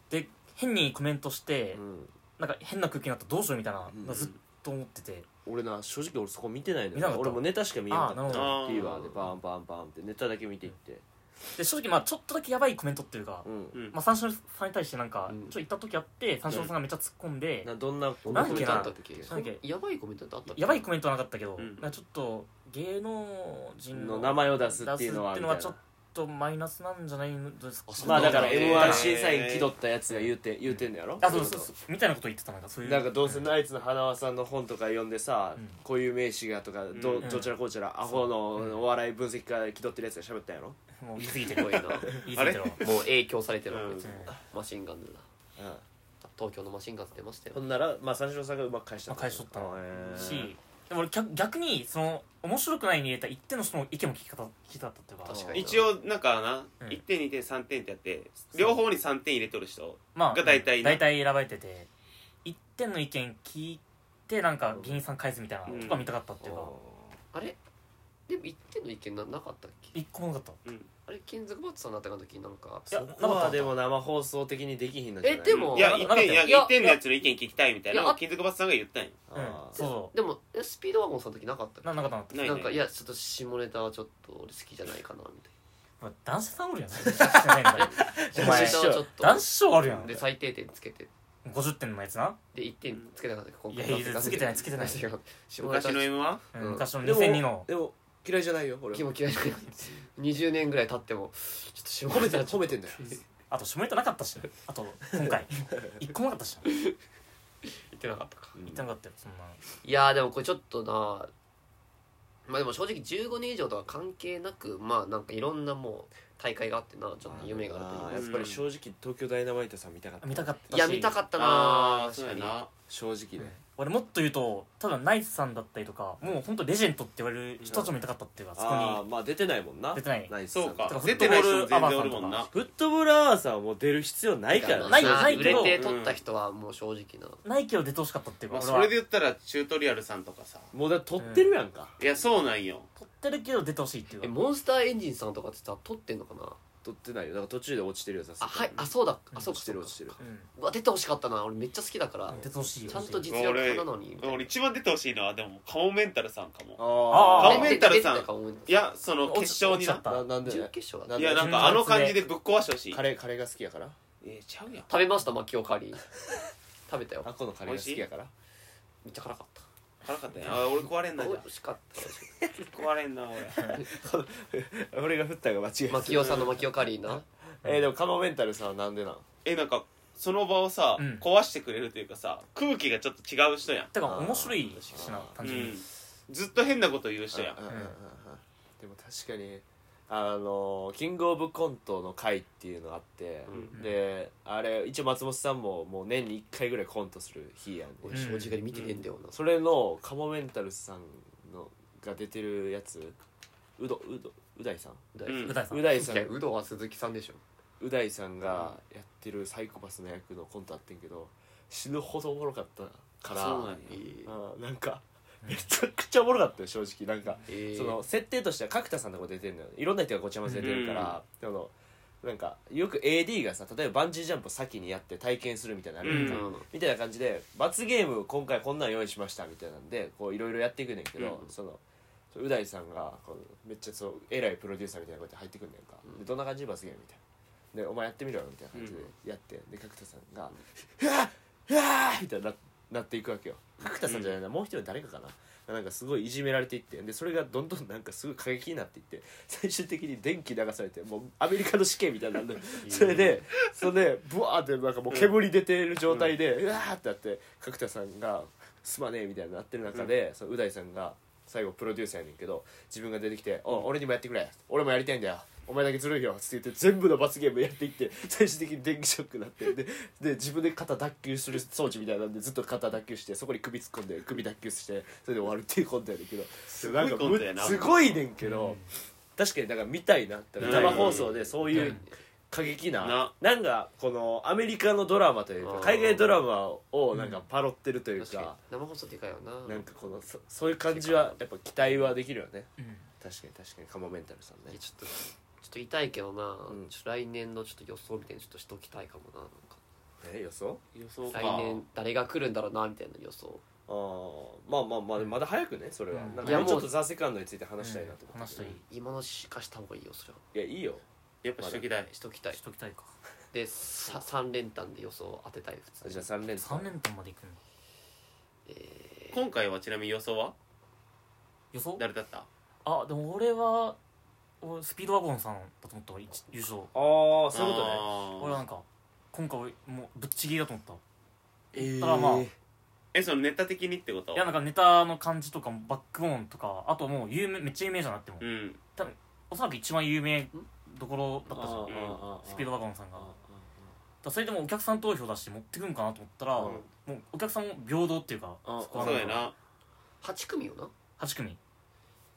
Speaker 3: で変にコメントして、
Speaker 1: うんうん
Speaker 3: なんか変な空気になったらどうしようみたいな、
Speaker 1: うん
Speaker 3: ずっと思ってて
Speaker 1: 俺な正直俺そこ見てないの
Speaker 3: 見なか
Speaker 1: よ
Speaker 3: った
Speaker 1: 俺もネタしか見えな
Speaker 3: あーな
Speaker 1: かっ
Speaker 3: るほ
Speaker 1: た
Speaker 2: どあー
Speaker 1: TVer でバンバンバンってネタだけ見ていって
Speaker 3: で正直まあちょっとだけやばいコメントっていうか、
Speaker 1: うん
Speaker 2: うん
Speaker 3: まあ、三四郎さんに対してなんか、
Speaker 4: うん
Speaker 3: ちょっと行った時あって三四郎さんがめっちゃ突っ込んで、
Speaker 1: などんな
Speaker 4: どん
Speaker 3: な
Speaker 4: なんコ
Speaker 3: だ
Speaker 4: メ
Speaker 3: っけ
Speaker 4: ン
Speaker 3: な
Speaker 4: トあったっけ
Speaker 3: なんだっけ
Speaker 4: やばいコメントってあったっけ
Speaker 3: やばいコメントはなかったけど、
Speaker 2: うん
Speaker 3: なんかちょっと芸能人
Speaker 1: の名前を出すっていうのは
Speaker 3: 出す
Speaker 1: み
Speaker 3: ち
Speaker 1: たい
Speaker 3: ょっ
Speaker 1: な
Speaker 3: とマイナスなんじゃないんですか
Speaker 4: あそう
Speaker 1: まあだから
Speaker 4: えー
Speaker 1: m 1審査員気取ったやつが言うて言うてんのやろ
Speaker 3: あそうそうそうみたいなこと言ってたなんかそういう
Speaker 1: なんかどうせナイツの花輪さんの本とか読んでさ、
Speaker 3: うん
Speaker 1: こういう名詞がとかど,、
Speaker 2: うん
Speaker 1: どちらこうちらアホ
Speaker 3: うん
Speaker 1: のお笑い分析家気取ってるやつが喋ったんやろ、
Speaker 3: もう言い過ぎて
Speaker 4: す
Speaker 3: る
Speaker 4: ごいな
Speaker 3: 言い過ぎてるわ
Speaker 4: もう影響されてるわ
Speaker 2: うん
Speaker 4: こいつマシンガンズだ
Speaker 1: うん、
Speaker 4: 東京のマシンガンズ出ましたよ
Speaker 1: ほんなら、まあ、三四郎さんがうまく返した
Speaker 3: まあ返しとったの
Speaker 1: へー
Speaker 3: しでも俺逆逆にその面白くないに入れた一定の人の意見も聞き方聞いたったっていうか
Speaker 4: 確かに
Speaker 2: 一応なんかな、
Speaker 3: うん
Speaker 2: 1点2点3点ってやって両方に3点入れとる人
Speaker 3: まあ
Speaker 2: が大体な
Speaker 3: 大体選ばれてて一点の意見聞いてなんか芸人さん返すみたいなとか見たかったっていうか、
Speaker 4: あれでも一点の意見ななかったっけ
Speaker 3: 一個もなかった
Speaker 4: あれ金属バットさんだったかの時なんか
Speaker 1: そこはでも生放送的にできひんのじゃない
Speaker 4: えでも
Speaker 2: いや
Speaker 3: あ
Speaker 2: 一
Speaker 3: なかった
Speaker 2: 点いや
Speaker 4: いや
Speaker 2: 一点のやつの意見聞きたいみたいない
Speaker 4: やあ
Speaker 2: 金属バットさんが言ったんや
Speaker 1: あ
Speaker 3: うんそ
Speaker 4: でもえスピードワゴンさんの時なかったっ
Speaker 3: う
Speaker 4: け
Speaker 3: ななかったなかっ
Speaker 2: ない
Speaker 4: なんか
Speaker 2: ね
Speaker 4: いやちょっと下ネタはちょっと俺好きじゃないかなみ
Speaker 3: た男子さんおるやんお
Speaker 4: たいな
Speaker 1: 男子
Speaker 3: 前
Speaker 1: 師匠
Speaker 4: 下ネタはちょ
Speaker 3: 男
Speaker 4: っ
Speaker 3: 子賞あるや
Speaker 4: と
Speaker 3: ん
Speaker 4: で最低点つけて
Speaker 3: 50点のやつな、
Speaker 4: で1点つけなかったっけ今
Speaker 3: い
Speaker 4: 回
Speaker 3: やいやつけてないつけてない
Speaker 4: 下ネ タ
Speaker 2: 昔の M は
Speaker 3: う
Speaker 4: うん
Speaker 3: ん、昔の
Speaker 1: でも
Speaker 3: 2002の
Speaker 1: でも嫌いじゃないよ俺
Speaker 4: 気
Speaker 1: 褒
Speaker 4: も嫌いじゃない20年ぐらい経ってもちょっと下
Speaker 1: め
Speaker 4: ネ
Speaker 1: て
Speaker 4: タ
Speaker 1: ん
Speaker 4: はちょ
Speaker 1: 褒
Speaker 4: っと
Speaker 1: めてんだよ
Speaker 3: あと下ネタなかったしあと今回一個もなかったし言
Speaker 4: 言ってなかったか
Speaker 3: ってなかったよそんない
Speaker 4: やーでもこれちょっとなまあでも正直15年以上とは関係なくまあなんかいろんなもう大会があってなちょっと夢があるという
Speaker 1: あ
Speaker 4: か
Speaker 1: ーやっぱり正直東京ダイナマイトさん見たかった
Speaker 3: 見たかったし
Speaker 4: いや見たかった
Speaker 2: あ
Speaker 4: な
Speaker 2: あそうやな
Speaker 1: 正直ね
Speaker 3: 俺もっと言うと多分ナイツさんだったりとかもう本当レジェンドって言われる人たちも見たかったっていうか、そこ
Speaker 1: ああ
Speaker 3: に
Speaker 1: まあ出てないもんな
Speaker 3: 出てない
Speaker 1: ナイスさん
Speaker 2: そうか
Speaker 3: だから
Speaker 2: 出てない人も全然おるもんな
Speaker 1: フットボールアワーさんはもう出る必要ないから
Speaker 3: ない
Speaker 1: 正直
Speaker 3: ない
Speaker 4: 売
Speaker 3: け
Speaker 4: れ
Speaker 3: ど
Speaker 4: て取った人はもう正直な、
Speaker 3: ないけど出てほしかったっていうか、
Speaker 2: まあ
Speaker 3: 俺
Speaker 2: そ
Speaker 3: は
Speaker 2: れで言ったらチュートリアルさんとかさ
Speaker 1: もうだ取ってるやんか
Speaker 2: いやそうなんよ
Speaker 3: 取ってるけど出てほしいっていう
Speaker 4: え
Speaker 3: か
Speaker 4: モンスターエンジンさんとかってさ取ってんのかな
Speaker 1: 取ってないよだから途中で落ちてるよさす
Speaker 4: あ
Speaker 1: がに
Speaker 4: はいあそうだ
Speaker 3: うん
Speaker 4: あそうか
Speaker 1: 落ちて
Speaker 4: そ
Speaker 1: る
Speaker 4: うか
Speaker 1: 落ちてる
Speaker 3: うん
Speaker 4: うわ出てほしかったな俺めっちゃ好きだから
Speaker 3: 出てほしいよ
Speaker 4: ちゃんと実力派なのにみたいな
Speaker 2: 俺一番出てほしいのはでもカモメンタルさんかも
Speaker 1: あ
Speaker 2: 顔面
Speaker 4: え
Speaker 2: タルさん
Speaker 4: 出てたか思い出し
Speaker 2: い
Speaker 4: た
Speaker 2: やその
Speaker 3: 落ち
Speaker 2: 決勝に
Speaker 3: 落
Speaker 2: な
Speaker 3: ちちゃ
Speaker 1: ななんで
Speaker 4: 準決勝だ
Speaker 1: なん
Speaker 2: い
Speaker 1: で
Speaker 2: やなんかあの感じでぶっ壊してほしい
Speaker 1: カレーカレーが好きやから
Speaker 2: えちゃうやん
Speaker 4: 食べましたマキオカリー食べたよ
Speaker 1: あこのカレーが好きやから
Speaker 4: めっちゃ辛かっ
Speaker 2: 辛かったやんあ俺壊れんな
Speaker 4: た
Speaker 2: じ
Speaker 4: 美
Speaker 2: ゃん
Speaker 4: 味しかった
Speaker 2: 壊れんな俺
Speaker 1: 俺が振ったが間違えた
Speaker 4: マキオさんのマキオカリーな
Speaker 1: えーでもカモメンタルさんはなんでなん
Speaker 2: えなんかその場をさ
Speaker 3: うん
Speaker 2: 壊してくれるというかさ空気がちょっと違う人やん
Speaker 3: てか面白いしな
Speaker 1: あー
Speaker 3: 単
Speaker 2: う
Speaker 3: 純に、
Speaker 2: んずっと変なこと言う人やん
Speaker 1: うんうんうんうんでも確かにあのキングオブコントの回っていうのあって、
Speaker 2: うん
Speaker 1: であれ一応松本さんももう年に1回ぐらいコントする日やん、ね
Speaker 4: 俺正直に見てねえんだよな
Speaker 1: それのカモメンタルさんのが出てるやつうどうどうだいさん
Speaker 4: うだ
Speaker 2: う
Speaker 4: い
Speaker 2: ん
Speaker 3: 舞台さん
Speaker 1: うだいさ
Speaker 4: さ
Speaker 1: ん
Speaker 4: んいやうどは鈴木さんでしょ
Speaker 1: うだいさんがやってるサイコパスの役のコントあってんけど死ぬほどおもろかったから
Speaker 2: そうなんや
Speaker 1: うんなんかめちゃくちゃおもろかったよ正直なんか、
Speaker 4: ええ
Speaker 1: その設定としては角田さんとか出てるのよいろんな人がごちゃ混ぜてるから、そのなんかよく AD がさ例えばバンジージャンプを先にやって体験するみたいなのあるやんか、
Speaker 2: うん
Speaker 1: みたいな感じで罰ゲーム今回こんなん用意しましたみたいなんでこういろいろやっていくねんけど、
Speaker 2: うん
Speaker 1: そのそうう大さんがこうめっちゃそう偉いプロデューサーみたいなこうやって入ってくんねんか、でどんな感じで罰ゲームみたいなでお前やってみろよみたいな感じでやって、で角田さんが「うわっうわっ!」みたいにななっていくわけよ角田さんじゃないな、もう一人誰かかななんかすごいいじめられていってでそれがどんどんなんかすごい過激になっていって最終的に電気流されてもうアメリカの試験 みたいになるのよそれでそれでブワーってなんかもう煙出てる状態で、うわーってなって角田さんが「すまねえ」みたいになってる中で、そのう大さんが最後プロデューサーやねんけど自分が出てきて「お俺にもやってくれ俺もやりたいんだよ」お前だけずるいよっつって言って全部の罰ゲームやっていって最終的に電気ショックになってでで自分で肩脱臼する装置みたいなんでずっと肩脱臼してそこに首突っ込んで首脱臼してそれで終わるっていうコントやねんけどす
Speaker 2: ごいコントやな
Speaker 1: すごいねんけど、確かにだから見たいなって
Speaker 2: うん
Speaker 1: 生放送でそういううん過激な
Speaker 2: な
Speaker 1: なんかこのアメリカのドラマという
Speaker 4: あ
Speaker 1: か
Speaker 4: ー
Speaker 1: 海外ドラマをなんかパロってるという
Speaker 4: 確かに
Speaker 1: か
Speaker 4: 生放送でかいよな
Speaker 1: なんかこのそそういう感じはやっぱ期待はできるよね
Speaker 3: うん
Speaker 1: 確かに確かにカモメンタルさん
Speaker 4: い
Speaker 1: ね
Speaker 4: やちょっとちょっと痛いけどな、
Speaker 1: うん
Speaker 4: ちょっと来年のちょっと予想みたいにちょっとしときたいかもななんか
Speaker 1: え予想
Speaker 2: 予想か
Speaker 4: 来年誰が来るんだろうなみたいな予想
Speaker 1: あーまあまあまあまだ早くねそれは
Speaker 3: うん
Speaker 1: なん
Speaker 4: い
Speaker 1: か
Speaker 4: や
Speaker 1: も
Speaker 4: も
Speaker 1: う
Speaker 4: う
Speaker 1: ちょっとザ・セカンドについて話したいなと思って
Speaker 3: 話したい
Speaker 4: 今のしかした方がいいよそれはい
Speaker 1: やいいよ
Speaker 2: やっぱしときたい
Speaker 4: しときたい
Speaker 3: しときたいか
Speaker 4: でさ3連単で予想を当てたい普通に
Speaker 1: じゃあ3連
Speaker 3: 3
Speaker 1: 単
Speaker 3: 連単までいくの
Speaker 2: 今回はちなみに予想は
Speaker 3: 予想
Speaker 2: 誰だった
Speaker 3: あでも俺は俺スピードワゴンさんだと思ったわ一優勝
Speaker 1: ああそういうことね
Speaker 3: 俺
Speaker 2: と
Speaker 3: なんか今回俺もうぶっちぎりだと思った
Speaker 1: えー
Speaker 3: ただまあ
Speaker 2: えそのネタ的にってこと
Speaker 3: いやなんかネタの感じとかもバックボーンとかあともう有名めっちゃ有名じゃなくても、
Speaker 2: うん
Speaker 3: おそらく一番有名どころだったじゃん
Speaker 1: あーあー
Speaker 3: スピードワゴンさんが
Speaker 1: あー
Speaker 3: だか
Speaker 1: あ
Speaker 3: らそれでもお客さん投票だし持ってくんかなと思ったら、
Speaker 1: うん
Speaker 3: もうお客さんも平等っていうか
Speaker 1: うん
Speaker 3: そこは
Speaker 2: そうやな
Speaker 4: 8組よな
Speaker 3: 8組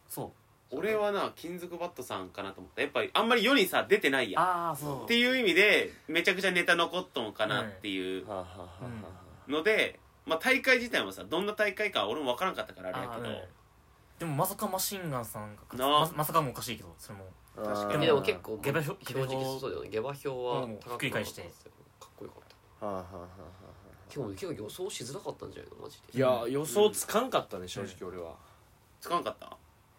Speaker 3: そ
Speaker 2: 俺はな金属バットさんかなと思ったやっぱりあんまり世にさ出てないやん
Speaker 3: うああそ
Speaker 2: っていう意味でめちゃくちゃネタ残っとんかなっていう
Speaker 1: ーはあはあはあはあ
Speaker 2: ので、まあ大会自体もさどんな大会か俺も分からんかったからあれやけど、
Speaker 3: あーでもまさかマシンガンさんが勝つ
Speaker 2: なあ
Speaker 3: ままさかもおかしいけどそれも
Speaker 2: 確か
Speaker 4: い
Speaker 2: に
Speaker 4: やでも結構
Speaker 3: 下馬評
Speaker 4: 正直そうだよね下馬評は
Speaker 3: うん
Speaker 4: 高くなかった
Speaker 3: ひっくり返して
Speaker 4: かっこよかった
Speaker 1: はあはあはあは
Speaker 4: 今日結構予想しづらかったんじゃないのマジ
Speaker 1: あい
Speaker 4: で
Speaker 1: や予想つかんかったね正直俺は、
Speaker 2: つかんかった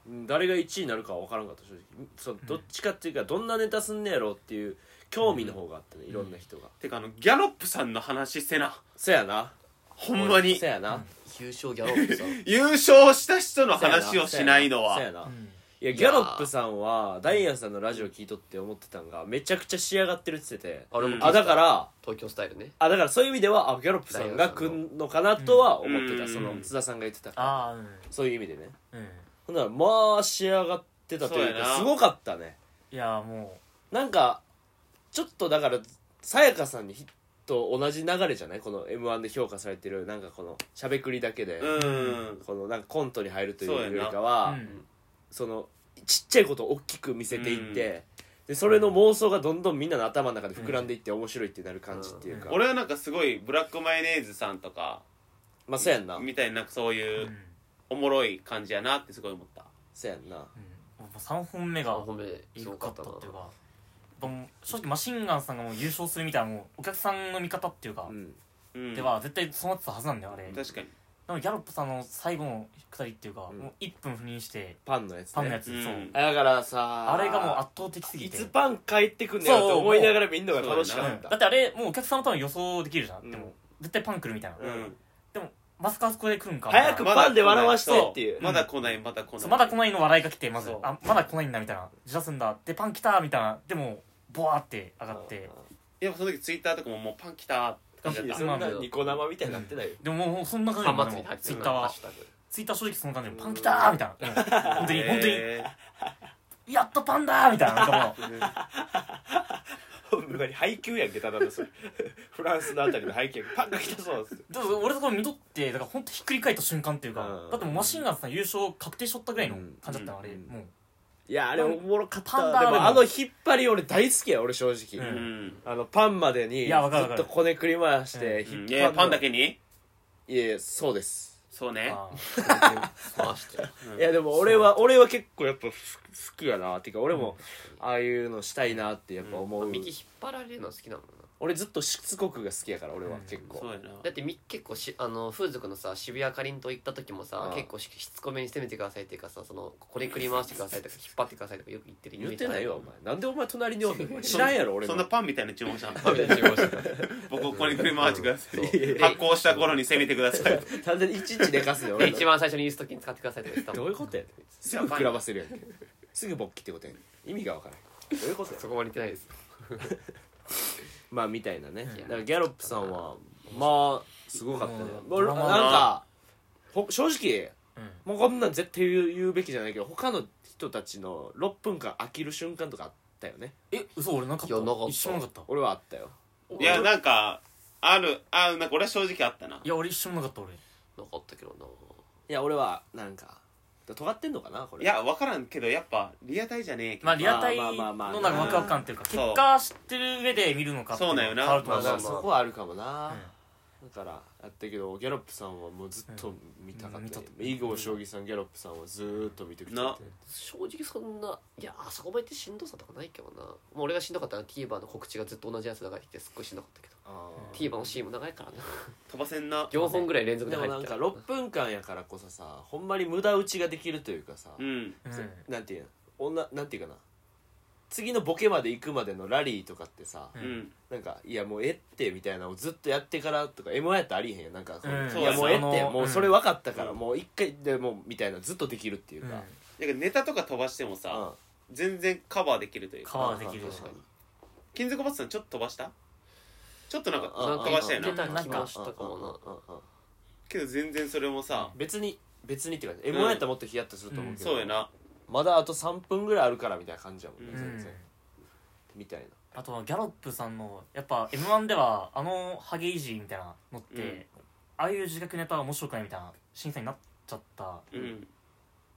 Speaker 1: うん誰が1位になるかは分からんかった正直そうどっちかっていうかどんなネタすんねやろっていう興味の方があったねいろんな人が
Speaker 2: てかあのギャロップさんの話せな
Speaker 1: そやな
Speaker 2: ほんまに
Speaker 1: そやな
Speaker 4: 優勝ギャロッ プさ
Speaker 2: 優勝した人の話をしないの
Speaker 1: そや
Speaker 2: は
Speaker 1: な
Speaker 3: うん
Speaker 1: いやギャロップさんはダイアンさんのラジオ聞いとって思ってたんがめちゃくちゃ仕上がってるって言ってて
Speaker 4: あれも
Speaker 2: うん
Speaker 1: あだから
Speaker 4: 東京スタイルね
Speaker 1: あだからそういう意味ではあギャロップさんが来んのかなとは思ってた、
Speaker 2: うん
Speaker 1: その津田さんが言ってたから
Speaker 3: ああ
Speaker 1: そういう意味でね
Speaker 3: うんうん
Speaker 1: ほんならまあ仕上がってたという
Speaker 2: そうや
Speaker 1: か
Speaker 2: な
Speaker 1: すごかったね
Speaker 3: いやも
Speaker 1: なんかちょっとだからさやかさんにひと同じ流れじゃないこの m 1で評価されてるなんかこのしゃべくりだけで、
Speaker 2: うん
Speaker 1: このなんかコントに入るという
Speaker 2: そうや
Speaker 1: よ
Speaker 2: な
Speaker 1: りか
Speaker 3: う、う
Speaker 1: は
Speaker 3: ん、
Speaker 1: そ,、のちっちゃいことを大きく見せていって、でそれの妄想がどんどんみんなの頭の中で膨らんでいって面白いってなる感じっていうか、
Speaker 2: 俺はなんかすごいブラックマヨネーズさんとか
Speaker 1: まあそうやんな
Speaker 2: みたいななんかそういううんおもろい感じやなってすごい思った
Speaker 1: そうやんな
Speaker 3: うん、3本目が
Speaker 4: 3本目
Speaker 3: え
Speaker 4: すご
Speaker 3: ぐ
Speaker 4: か
Speaker 3: か
Speaker 4: っ
Speaker 3: ったた
Speaker 4: な
Speaker 3: っていうかでも正直マシンガンさんがもう優勝するみたいなもうお客さんの見方っていうか、
Speaker 1: うん
Speaker 2: うん
Speaker 3: では絶対そうなってたはずなんだよあれで
Speaker 2: 確かに
Speaker 3: もギャロップさんの最後の下りっていうか、
Speaker 1: うん
Speaker 3: もう1分不倫して
Speaker 1: パンのやつね
Speaker 3: パンのやつ、
Speaker 2: うん
Speaker 3: そう
Speaker 1: あだからさ
Speaker 3: あれがもう圧倒的すぎ
Speaker 1: い
Speaker 3: て
Speaker 1: つパン帰ってくんねやろって思いながら見んのが楽しか
Speaker 2: そう
Speaker 1: っ
Speaker 3: うん
Speaker 1: た
Speaker 3: だってあれもうお客さんの多分予想できるじゃん、
Speaker 1: うん
Speaker 3: でも絶対パン来るみたいな、
Speaker 1: うん
Speaker 3: でもまさかあそこで来るんか
Speaker 1: 早く
Speaker 3: ま
Speaker 1: パンで笑わしてっていう
Speaker 2: そまだ来ないまだ来ない
Speaker 3: だまだ来ないの笑いが来てまず
Speaker 1: そう
Speaker 3: あまだ来ないんだみたいな自殺すんだでパン来たみたいなでもボワーって上がって
Speaker 2: いやその時ツイッターとかももうパン来たって感じ
Speaker 1: い
Speaker 2: だ
Speaker 1: や
Speaker 2: っ
Speaker 1: そ
Speaker 2: た
Speaker 1: んなニコ生みたいになってないよ
Speaker 3: でももうそんな感じ
Speaker 4: 3
Speaker 3: だ
Speaker 4: 月に入
Speaker 3: も
Speaker 4: って
Speaker 3: ツイ
Speaker 4: る
Speaker 3: ッ
Speaker 4: な
Speaker 3: ター
Speaker 4: ハ
Speaker 3: は
Speaker 4: ッシュタグ
Speaker 3: ツイッター正直その感じで「パン来た!」みたいなもう本当に本当に
Speaker 2: え
Speaker 3: 「やっとパンだ!」みたいななんかもう
Speaker 1: ほんまに配給やんけただのそれ フランスのあたりの配給やんけパンが来たそうです
Speaker 3: だから俺そこ見とってだから本当ひっくり返った瞬間っていうか
Speaker 1: うん
Speaker 3: だってもうマシンガンズさん優勝確定しとったぐらいの感じだったのあれ
Speaker 1: うん
Speaker 3: もう
Speaker 1: いやあれおもろかっ
Speaker 3: パン
Speaker 1: た
Speaker 3: ダ
Speaker 1: で
Speaker 3: ーメン
Speaker 1: もあの引っ張り俺大好きや俺正直、
Speaker 3: う
Speaker 2: ー
Speaker 3: ん
Speaker 2: うん
Speaker 1: あのパンまでに
Speaker 3: い
Speaker 1: ず
Speaker 3: やわかるわ
Speaker 1: っ
Speaker 3: かる
Speaker 1: とこねくり回して
Speaker 2: う
Speaker 1: 引っ張る
Speaker 2: ん
Speaker 1: の
Speaker 2: いやパンだけに
Speaker 1: いやいやそうです
Speaker 2: そうね
Speaker 3: あ
Speaker 4: 回して
Speaker 2: うん
Speaker 1: いやでも俺は俺は結構やっぱ好好きやなっていうか俺もああいうのしたいなってやっぱ思う、
Speaker 4: ミキ引っ張られるの好きなもんな
Speaker 1: 俺ずっとしつこくが好きやから俺は
Speaker 3: うん
Speaker 1: 結構、
Speaker 2: そうやな
Speaker 4: だってミキ結構しあの風俗のさ渋谷かりんと行った時もさ
Speaker 1: ああ
Speaker 4: 結構ししつこめに攻めてくださいっていうかさそのこれくり回してくださいとか引っ張ってくださいとかよく言ってるイメ
Speaker 1: 言
Speaker 4: ー
Speaker 1: っ
Speaker 4: ジ
Speaker 1: てないわお前なんでお前隣におんのお 前知らんやろ俺
Speaker 2: そ
Speaker 1: の
Speaker 2: んなパンみたいな注文したの
Speaker 4: あめっちゃ言いました
Speaker 2: 僕ここに振り回してください
Speaker 4: そうで
Speaker 2: 発行した頃に攻めてください
Speaker 1: なんでいちいち寝かすね
Speaker 4: で
Speaker 1: 俺の
Speaker 4: 一番最初に言う時に使ってくださいとか言ってた
Speaker 1: ど
Speaker 4: も
Speaker 1: うんいうことやねんすぐ膨らませるやんけすぐ勃起ってことやねん意味がわからんどういうことや
Speaker 4: そこまで言ってないです
Speaker 1: まあみたいなね
Speaker 4: い
Speaker 1: だ
Speaker 4: や
Speaker 1: からギャロップさんはまあすごかったね
Speaker 3: うん
Speaker 1: 俺
Speaker 3: ド
Speaker 1: な
Speaker 3: ラ
Speaker 1: ん
Speaker 3: マだ
Speaker 1: かほ正直
Speaker 3: ーう
Speaker 1: も
Speaker 3: ん
Speaker 1: うこんなん絶対言う言うべきじゃないけど他の人たちの6分間飽きる瞬間とかあったよね
Speaker 3: え嘘俺なかった
Speaker 4: いやなかった
Speaker 3: 一瞬なかった
Speaker 1: 俺はあったよ
Speaker 2: いやなんかあるあなんか俺は正直あったない
Speaker 3: や俺一瞬なかった俺
Speaker 4: なかったけどない
Speaker 1: や俺はなんか尖ってんのかなこれ
Speaker 2: いや分からんけどやっぱリアタイじゃねえけど
Speaker 3: まあリアタイ
Speaker 1: まあま
Speaker 3: の
Speaker 1: あまあ
Speaker 3: なんかワクワク感っていうか結
Speaker 2: そう
Speaker 3: 果知ってる上で見るのかっていのが変わると
Speaker 1: まあ
Speaker 3: 思う
Speaker 1: だから
Speaker 3: し
Speaker 1: そこはあるかもな、だからあったけどギャロップさんはもうずっと見たか
Speaker 3: うん見
Speaker 1: ったた
Speaker 3: かった
Speaker 1: 囲碁、将棋さんギャロップさんはずーっと見てくれて
Speaker 2: な
Speaker 4: 正直そんないやあそこまでってしんどさとかないけどなもう俺がしんどかったら TVer の告知がずっと同じやつ流れてきてすっごいしんどかったけど
Speaker 1: あー
Speaker 4: TVer の CM 長いからな
Speaker 2: 飛ばせんな
Speaker 4: 4本ぐらい連続で
Speaker 1: でも
Speaker 4: 入
Speaker 1: な
Speaker 4: っ
Speaker 1: ん
Speaker 4: て
Speaker 1: か
Speaker 4: た
Speaker 1: 6分間やからこそさほんまに無駄打ちができるというかさ、
Speaker 2: うん
Speaker 3: うん
Speaker 1: せ
Speaker 3: うん
Speaker 1: なんていうの女なんていうかな次のボケまで行くまでのラリーとかってさ、
Speaker 2: う
Speaker 3: うん
Speaker 2: ん
Speaker 1: なんか「いやもうえって」みたいなのをずっとやってからとか m 1やったらありえへんよなんか、
Speaker 3: うん
Speaker 1: いやもうえっ
Speaker 2: そう
Speaker 3: や
Speaker 1: て
Speaker 3: な
Speaker 1: もうそれ分かったから、もう一回でもうみたいなずっとできるっていう
Speaker 3: うん
Speaker 1: か、
Speaker 2: だからネタとか飛ばして
Speaker 1: う
Speaker 2: も
Speaker 1: ん
Speaker 2: さ全然カバーできるという
Speaker 3: カ
Speaker 2: か
Speaker 3: バーできる
Speaker 1: 確かに
Speaker 2: 金属バットさんちょっと飛ばしたちょっとなんか
Speaker 1: ああ
Speaker 2: 飛ばしたよ
Speaker 4: 出
Speaker 2: な
Speaker 4: た気もしたか
Speaker 1: うん
Speaker 4: もな
Speaker 1: うんうんうん
Speaker 2: けど全然それもさ
Speaker 1: 別に別にっていうか
Speaker 2: ん
Speaker 1: m 1やったらもっとヒヤッとすると思うけど、
Speaker 2: そうやな
Speaker 1: まだあと3分ぐらいあるからみたいな感じやもんね、
Speaker 2: うん
Speaker 1: 全
Speaker 3: うん
Speaker 1: 然みたいな
Speaker 3: あとはギャロップさんのやっぱ m 1ではあのハゲイジーみたいなのって、
Speaker 2: うん
Speaker 3: ああいう自虐ネタは面白くないみたいな審査になっちゃった
Speaker 2: うん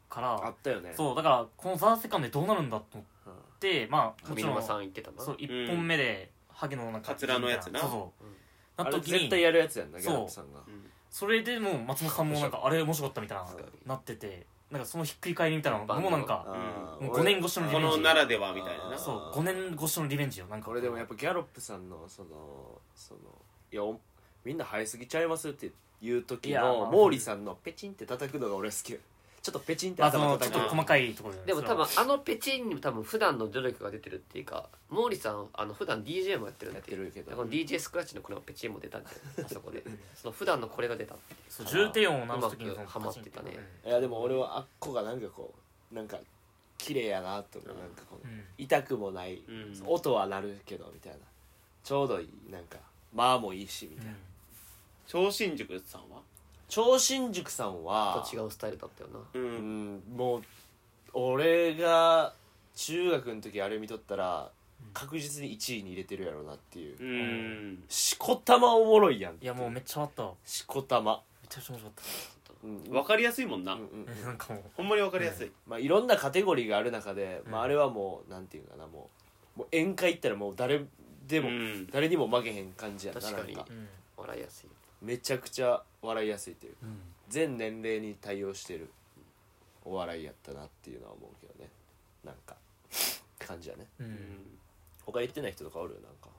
Speaker 3: か
Speaker 1: あ
Speaker 3: ら
Speaker 1: ったよね
Speaker 3: そうだからこの「ザ・セカンドでどうなるんだと思
Speaker 1: うん
Speaker 3: ってまあも
Speaker 4: 上
Speaker 3: ちろ
Speaker 4: 沼
Speaker 3: ん
Speaker 4: さん言ってたな
Speaker 3: そう1本目でハゲのなんか
Speaker 2: カツラのやつな
Speaker 3: そうそう
Speaker 4: うん
Speaker 3: な
Speaker 1: あ
Speaker 3: っ
Speaker 1: れ
Speaker 3: た時
Speaker 1: 絶対
Speaker 3: に
Speaker 1: やるやつやんな
Speaker 3: そう
Speaker 1: ギャロップさんが
Speaker 2: うん
Speaker 3: それでもう松本さんもなんかあれ面白かったみたいな
Speaker 4: 確かに
Speaker 3: なっててなんかそのひっくり返りみたいなの
Speaker 4: バンド
Speaker 3: も
Speaker 4: の
Speaker 3: なんか
Speaker 1: あー
Speaker 3: もう五年越しのリ
Speaker 2: こ
Speaker 3: ベン
Speaker 2: の
Speaker 3: ジ
Speaker 2: ならではみたいな
Speaker 1: あー
Speaker 2: な
Speaker 3: そう5年越しのリベンジよなんか
Speaker 1: これでもやっぱギャロップさんのそのそのいやおみんな生えすぎちゃいますっていう時
Speaker 3: いやま
Speaker 1: の
Speaker 3: あ
Speaker 1: 毛利さんのペチンって叩くのが俺好きちょっとペチンって
Speaker 3: あその
Speaker 1: 頭
Speaker 3: ちょっ
Speaker 1: 叩
Speaker 3: と
Speaker 1: く
Speaker 2: あ
Speaker 3: 細かいところ
Speaker 4: でも多分
Speaker 3: そ
Speaker 4: あのペチンにも多分普段の努力が出てるっていうか毛利さんあの普段 DJ もやってるん
Speaker 1: やって
Speaker 4: で
Speaker 1: るけ
Speaker 4: だから
Speaker 1: ど
Speaker 4: DJ スクラッチのこのペチンも出たんであそこでその普段のこれが出たっていう
Speaker 3: う重低音を鳴らす時に
Speaker 4: うまくはまってたね
Speaker 1: いやでも俺はあっこがなんかこうなんか綺麗やなとかなんかこう
Speaker 3: うん
Speaker 1: 痛くもない、
Speaker 2: うん
Speaker 1: 音は鳴るけどみたいなちょうどいいなんか間もいいしみたいな、
Speaker 2: 超新塾さんは
Speaker 1: 超新塾さんは
Speaker 4: と違うスタイルだったよな
Speaker 2: う
Speaker 1: うんんもう俺が中学の時あれ見とったら確実に1位に入れてるやろうなっていう、
Speaker 2: うん
Speaker 1: しこたまおもろいやん
Speaker 3: いやもうめっちゃ笑ったわ
Speaker 1: しこたま、
Speaker 3: めちゃくちゃ面白か
Speaker 1: うん
Speaker 2: わかりやすいもん
Speaker 1: う
Speaker 2: なん
Speaker 1: うん
Speaker 3: った なんかもう
Speaker 2: ほんまにわかりやすい
Speaker 1: まあ、いろんなカテゴリーがある中で、まあ、
Speaker 3: うん
Speaker 1: あれはもうなんていうかなもうもう宴会行ったらもう誰でも、
Speaker 2: うん
Speaker 1: 誰にも負けへん感じやな
Speaker 4: 確かに
Speaker 1: なんか
Speaker 3: うん
Speaker 4: 笑いやすい
Speaker 1: めちゃくちゃ笑いやすいというか
Speaker 3: うん
Speaker 1: 全年齢に対応してるお笑いやったなっていうのは思うけどねなんか感じやね
Speaker 3: う
Speaker 2: うんん
Speaker 1: 他言ってない人とかおるよなんか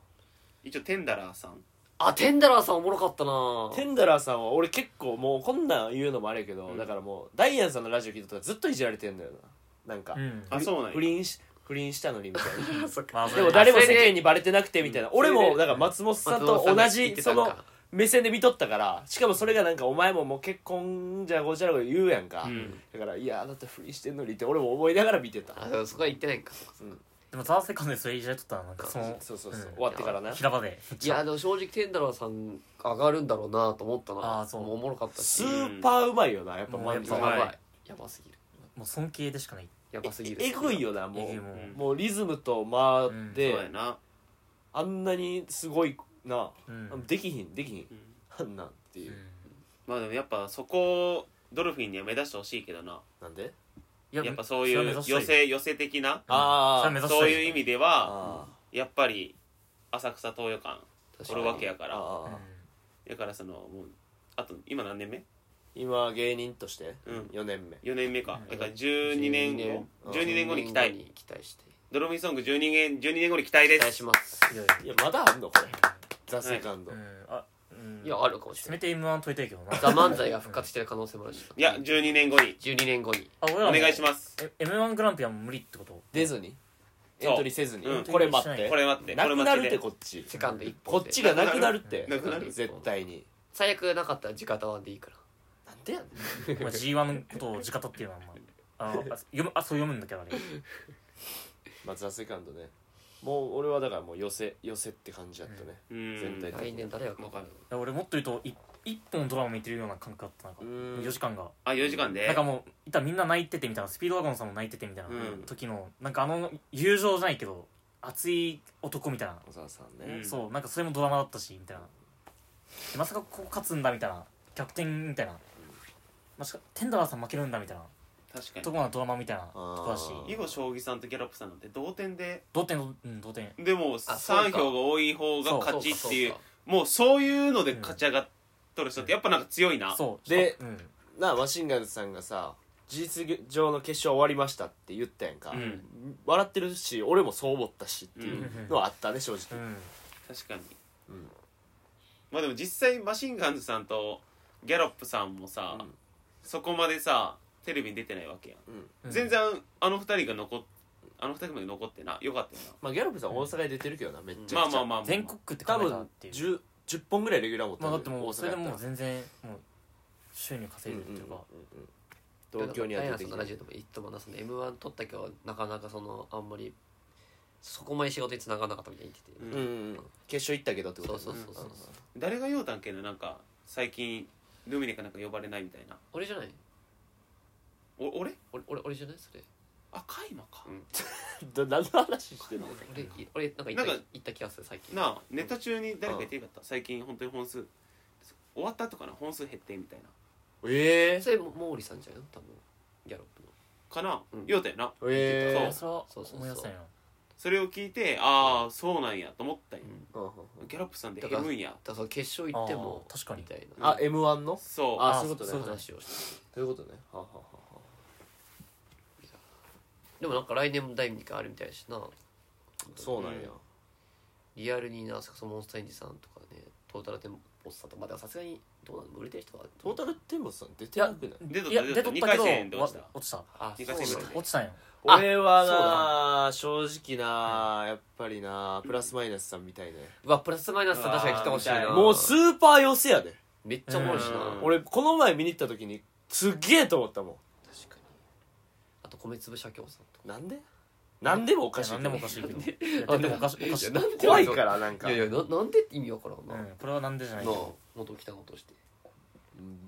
Speaker 2: 一応テンダラーさん
Speaker 4: あテンダラーさんおもろかったな
Speaker 1: テンダラーさんは俺結構もうこんなん言うのもあれやけど、
Speaker 2: うん
Speaker 1: だからもうダイアンさんのラジオ聞いとったらずっといじられてんだよななんか、
Speaker 3: うん
Speaker 2: あそうなんや
Speaker 1: 不倫し不倫したのにみたい な
Speaker 4: そっ
Speaker 3: まあそ
Speaker 1: で
Speaker 3: れ
Speaker 1: も誰も世
Speaker 4: それ
Speaker 1: 間
Speaker 4: で
Speaker 1: にバレてなくてみたいな、俺
Speaker 4: それ
Speaker 1: も
Speaker 4: で
Speaker 1: だから松本さん
Speaker 4: 松
Speaker 1: と
Speaker 4: 本さんが
Speaker 1: 同
Speaker 4: 言
Speaker 1: じ
Speaker 4: ってた
Speaker 1: そ
Speaker 4: んか
Speaker 1: の目線で見とったからしかもそれがなんかお前ももう結婚じゃごちゃらごちゃ言うやんか、
Speaker 2: うん
Speaker 1: だからいやあなた不倫してんのにって俺も思いながら見てた
Speaker 4: あでもそこは言ってないんか
Speaker 3: でもザワセカンドでそれいじられとったらなんかその
Speaker 1: そうそうそう、
Speaker 3: ん
Speaker 1: 終わってからな
Speaker 3: 平場で
Speaker 4: いやでも正直テンダラーさん上がるんだろうなと思ったな
Speaker 3: あーそう
Speaker 4: もおもろかったし
Speaker 1: スーパーうまいよなやっぱ
Speaker 3: もうやっ
Speaker 1: 漫
Speaker 3: ぱ
Speaker 1: 才
Speaker 4: や
Speaker 2: うま
Speaker 4: ば
Speaker 2: い
Speaker 4: いやばすぎる
Speaker 3: もう尊敬でしかない
Speaker 4: やばすぎる
Speaker 1: えぐいよなも
Speaker 3: えぐいうもう
Speaker 2: うん
Speaker 1: もうリズムと間
Speaker 2: そう
Speaker 1: で、
Speaker 2: やな
Speaker 1: あんなにすごいな、
Speaker 3: うん
Speaker 1: できひんできひん
Speaker 2: うん
Speaker 1: あんなんっていうう、
Speaker 3: ん
Speaker 2: まあでもやっぱそこをドルフィンには目指してほしいけどな
Speaker 1: なんで
Speaker 3: いや
Speaker 2: やっぱそういう寄せ寄せ的な
Speaker 1: あー
Speaker 3: あ
Speaker 2: そういう意味では
Speaker 1: あ
Speaker 2: やっぱり浅草東洋館
Speaker 4: 確
Speaker 2: お
Speaker 4: かに
Speaker 2: るわけやか
Speaker 1: あ
Speaker 2: ら
Speaker 1: ああ
Speaker 2: だからそのもうあと今何年目
Speaker 1: 今芸人として
Speaker 2: うん
Speaker 1: 4年目、
Speaker 2: 4年目か
Speaker 3: うん
Speaker 2: だから12年後12年後に期
Speaker 4: 12年
Speaker 2: 待
Speaker 4: 後期待して
Speaker 2: ドルフィンソング12年 ,12 年後に期待で
Speaker 4: 期待
Speaker 2: す
Speaker 4: します
Speaker 3: いやい
Speaker 1: いやまだあんのこれザ・セカンド、
Speaker 3: やうんあうん
Speaker 4: いやあるかもしれ
Speaker 3: せ
Speaker 4: な
Speaker 3: め
Speaker 4: い
Speaker 3: て M1 解いたいけどな
Speaker 4: ザ・漫才が復活してる可能性もあるし
Speaker 2: いや12年後に
Speaker 4: 12年後に
Speaker 3: あ俺
Speaker 2: お
Speaker 3: らも
Speaker 2: 願いします
Speaker 3: え M1 グランプリはもう無理ってこと
Speaker 1: 出ずにエントリーせずに、
Speaker 2: うん
Speaker 1: これ待って
Speaker 2: これ待って
Speaker 1: なくなるって
Speaker 2: こ
Speaker 1: こっち
Speaker 4: セカンド一本
Speaker 1: こ
Speaker 4: で
Speaker 1: っちがなくなるって
Speaker 2: なくな
Speaker 4: る
Speaker 1: 絶対に
Speaker 4: 最悪なかったら直談でいいから
Speaker 1: なんでやねん
Speaker 3: お前 G1 のことを直とっていうのはあんまああ読むあそう読むんだけどあれ
Speaker 1: まあザ・セカンドねもう俺はだからもう寄せ寄せって感じだったね、
Speaker 2: れ待っ
Speaker 1: 絶
Speaker 2: て
Speaker 1: 対
Speaker 2: ね
Speaker 4: 来年誰が
Speaker 2: うんわ
Speaker 4: わ
Speaker 2: か
Speaker 4: か
Speaker 2: る
Speaker 4: る
Speaker 3: いや俺もっと言うとい一本ドラマ見てるような感覚だったなん
Speaker 1: う
Speaker 3: か
Speaker 1: ん
Speaker 3: 4時間が
Speaker 2: あ4時間で
Speaker 3: なんかもういったらみんな泣いててみたいなスピードワゴンさんも泣いててみたいな
Speaker 2: うん
Speaker 3: 時のなんかあの友情じゃないけど熱い男みたいな
Speaker 1: 小沢さん
Speaker 2: う
Speaker 1: ね
Speaker 2: ん、
Speaker 3: そうなんかそれもドラマだったしみたいなでまさかここ勝つんだみたいな逆転みたいなまさかテンダラーさん負けるんだみたいな
Speaker 2: 確
Speaker 3: と
Speaker 2: か
Speaker 3: こがドラマみたいなとこだし
Speaker 1: あー
Speaker 2: に囲碁将棋さんとギャロップさんなんて同点で
Speaker 3: 同点のうん同点
Speaker 2: でも
Speaker 4: あそうか
Speaker 2: 3票が多い方が勝ちっていう
Speaker 4: そうか
Speaker 2: もうそういうので勝ち上がっとる人ってやっぱなんか強いな
Speaker 3: そう
Speaker 1: で
Speaker 3: うん
Speaker 1: なあマシンガンズさんがさ事実上の決勝終わりましたって言ったやんか、
Speaker 2: うん
Speaker 1: 笑ってるし俺もそう思ったしっていうのはあったね正
Speaker 3: う
Speaker 1: 直、
Speaker 3: ん
Speaker 2: 確かに
Speaker 1: うん
Speaker 2: まあでも実際マシンガンズさんとギャロップさんもさ、
Speaker 1: うん
Speaker 2: そこまでさテレビに出てないわけやん、
Speaker 1: うん
Speaker 3: うん
Speaker 2: 全然あの二人が残っあの二人まで残ってなよかったよ
Speaker 1: まあギャロップさん大阪に出てるけどなめっち
Speaker 2: な
Speaker 1: ゃ
Speaker 2: まあ
Speaker 1: くちゃ
Speaker 2: まあまあまあ
Speaker 3: 全国区って考
Speaker 1: 多
Speaker 3: えたらっ
Speaker 1: 分
Speaker 3: ていう
Speaker 1: 10, 10本ぐらいレギュラー持って
Speaker 3: まあ
Speaker 1: る
Speaker 3: だっても
Speaker 1: 大
Speaker 3: うそれで
Speaker 1: 阪や
Speaker 3: も
Speaker 1: っ
Speaker 3: う
Speaker 1: た
Speaker 3: 全然もう収入稼いでるっていうか
Speaker 1: ら東京には
Speaker 4: ダイ
Speaker 1: 出
Speaker 4: アン
Speaker 1: てき
Speaker 4: さんの
Speaker 1: て
Speaker 4: ラジオでも言ってもなその m 1取ったけどなかなかそのあんまりそこまで仕事に繋がらなかったみたいに言
Speaker 2: うん
Speaker 4: っ
Speaker 1: うんうん決勝行ったけどってこと
Speaker 4: そうそうそうそう
Speaker 2: 誰が言うたんけななんか最近ルミネかなんか呼ばれないみたいな
Speaker 4: 俺じゃない
Speaker 2: お俺
Speaker 4: 俺俺俺じゃないそれ
Speaker 2: あカイマ か、
Speaker 1: うんだ何の話してんの
Speaker 4: 俺い俺なんか言っ
Speaker 2: な
Speaker 4: た
Speaker 2: んか
Speaker 4: 言った気がする最近
Speaker 2: なあネタ中に誰か言ってよかった最近本当に本数終わった後かな本数減ってみたいな
Speaker 1: ええ
Speaker 4: それも毛利さんじゃん多分ギャロップの
Speaker 2: かな、
Speaker 4: うん
Speaker 2: 言うたよな
Speaker 1: え
Speaker 2: そう
Speaker 1: え
Speaker 3: それ
Speaker 4: そ
Speaker 3: は
Speaker 4: うそうそう
Speaker 3: 思い出せないな
Speaker 2: そうそれを聞いてああそうなんやと思ったんや
Speaker 1: うんうんうん
Speaker 2: ギャロップさんって
Speaker 4: だ
Speaker 2: ヘ
Speaker 4: から
Speaker 2: ムんや
Speaker 4: だから決勝行っても
Speaker 3: あー確かに
Speaker 4: みたいな
Speaker 1: あ m 1の
Speaker 2: そう
Speaker 1: あそういうこと
Speaker 4: そうい
Speaker 1: ね
Speaker 4: う話をして
Speaker 1: ということねはあはあはあは
Speaker 4: でもなんか来年も第2回あるみたいだしな
Speaker 1: あそうなんや
Speaker 4: リアルになそれこそモンスターインディさんとかねトータルテンボスさんとかまあでもさすがにどうなの売れてる人は
Speaker 1: トータルテンボスさん出てなくない
Speaker 2: 出とっ
Speaker 3: いや
Speaker 2: た
Speaker 3: 出
Speaker 2: 出
Speaker 3: と
Speaker 2: と
Speaker 3: っ
Speaker 2: ったた2回
Speaker 3: けど
Speaker 2: 戦で落ち
Speaker 3: わ
Speaker 2: た
Speaker 3: 落ちた
Speaker 4: あ
Speaker 2: 二
Speaker 4: そ
Speaker 2: 回
Speaker 4: うなん
Speaker 2: 戦
Speaker 4: だ
Speaker 2: ぐらい
Speaker 3: 落ちたんよ
Speaker 4: あ
Speaker 1: 俺は
Speaker 4: そう
Speaker 1: な正直なやっぱりなプラスマイナスさんみたいね
Speaker 4: うわプラスマイナスさん確かに来てほしい
Speaker 2: あ
Speaker 4: な
Speaker 2: ー
Speaker 1: もうスーパー寄せやで
Speaker 4: めっちゃおもろいしな
Speaker 2: うん
Speaker 1: 俺この前見に行った時にすっげえと思ったも
Speaker 4: 確かにあと米粒社協さん
Speaker 1: ん
Speaker 4: と
Speaker 1: なんでなんでもおかしい
Speaker 3: 何でもおかしいけどいや
Speaker 4: か
Speaker 3: 何でもおかしいおかしい
Speaker 4: やなんで
Speaker 1: 怖いからなんか
Speaker 4: いやいやななんでって意味わからんな、
Speaker 3: うんこれはなんでじゃない
Speaker 4: な
Speaker 3: け
Speaker 4: あ
Speaker 3: ど
Speaker 4: 元北のとして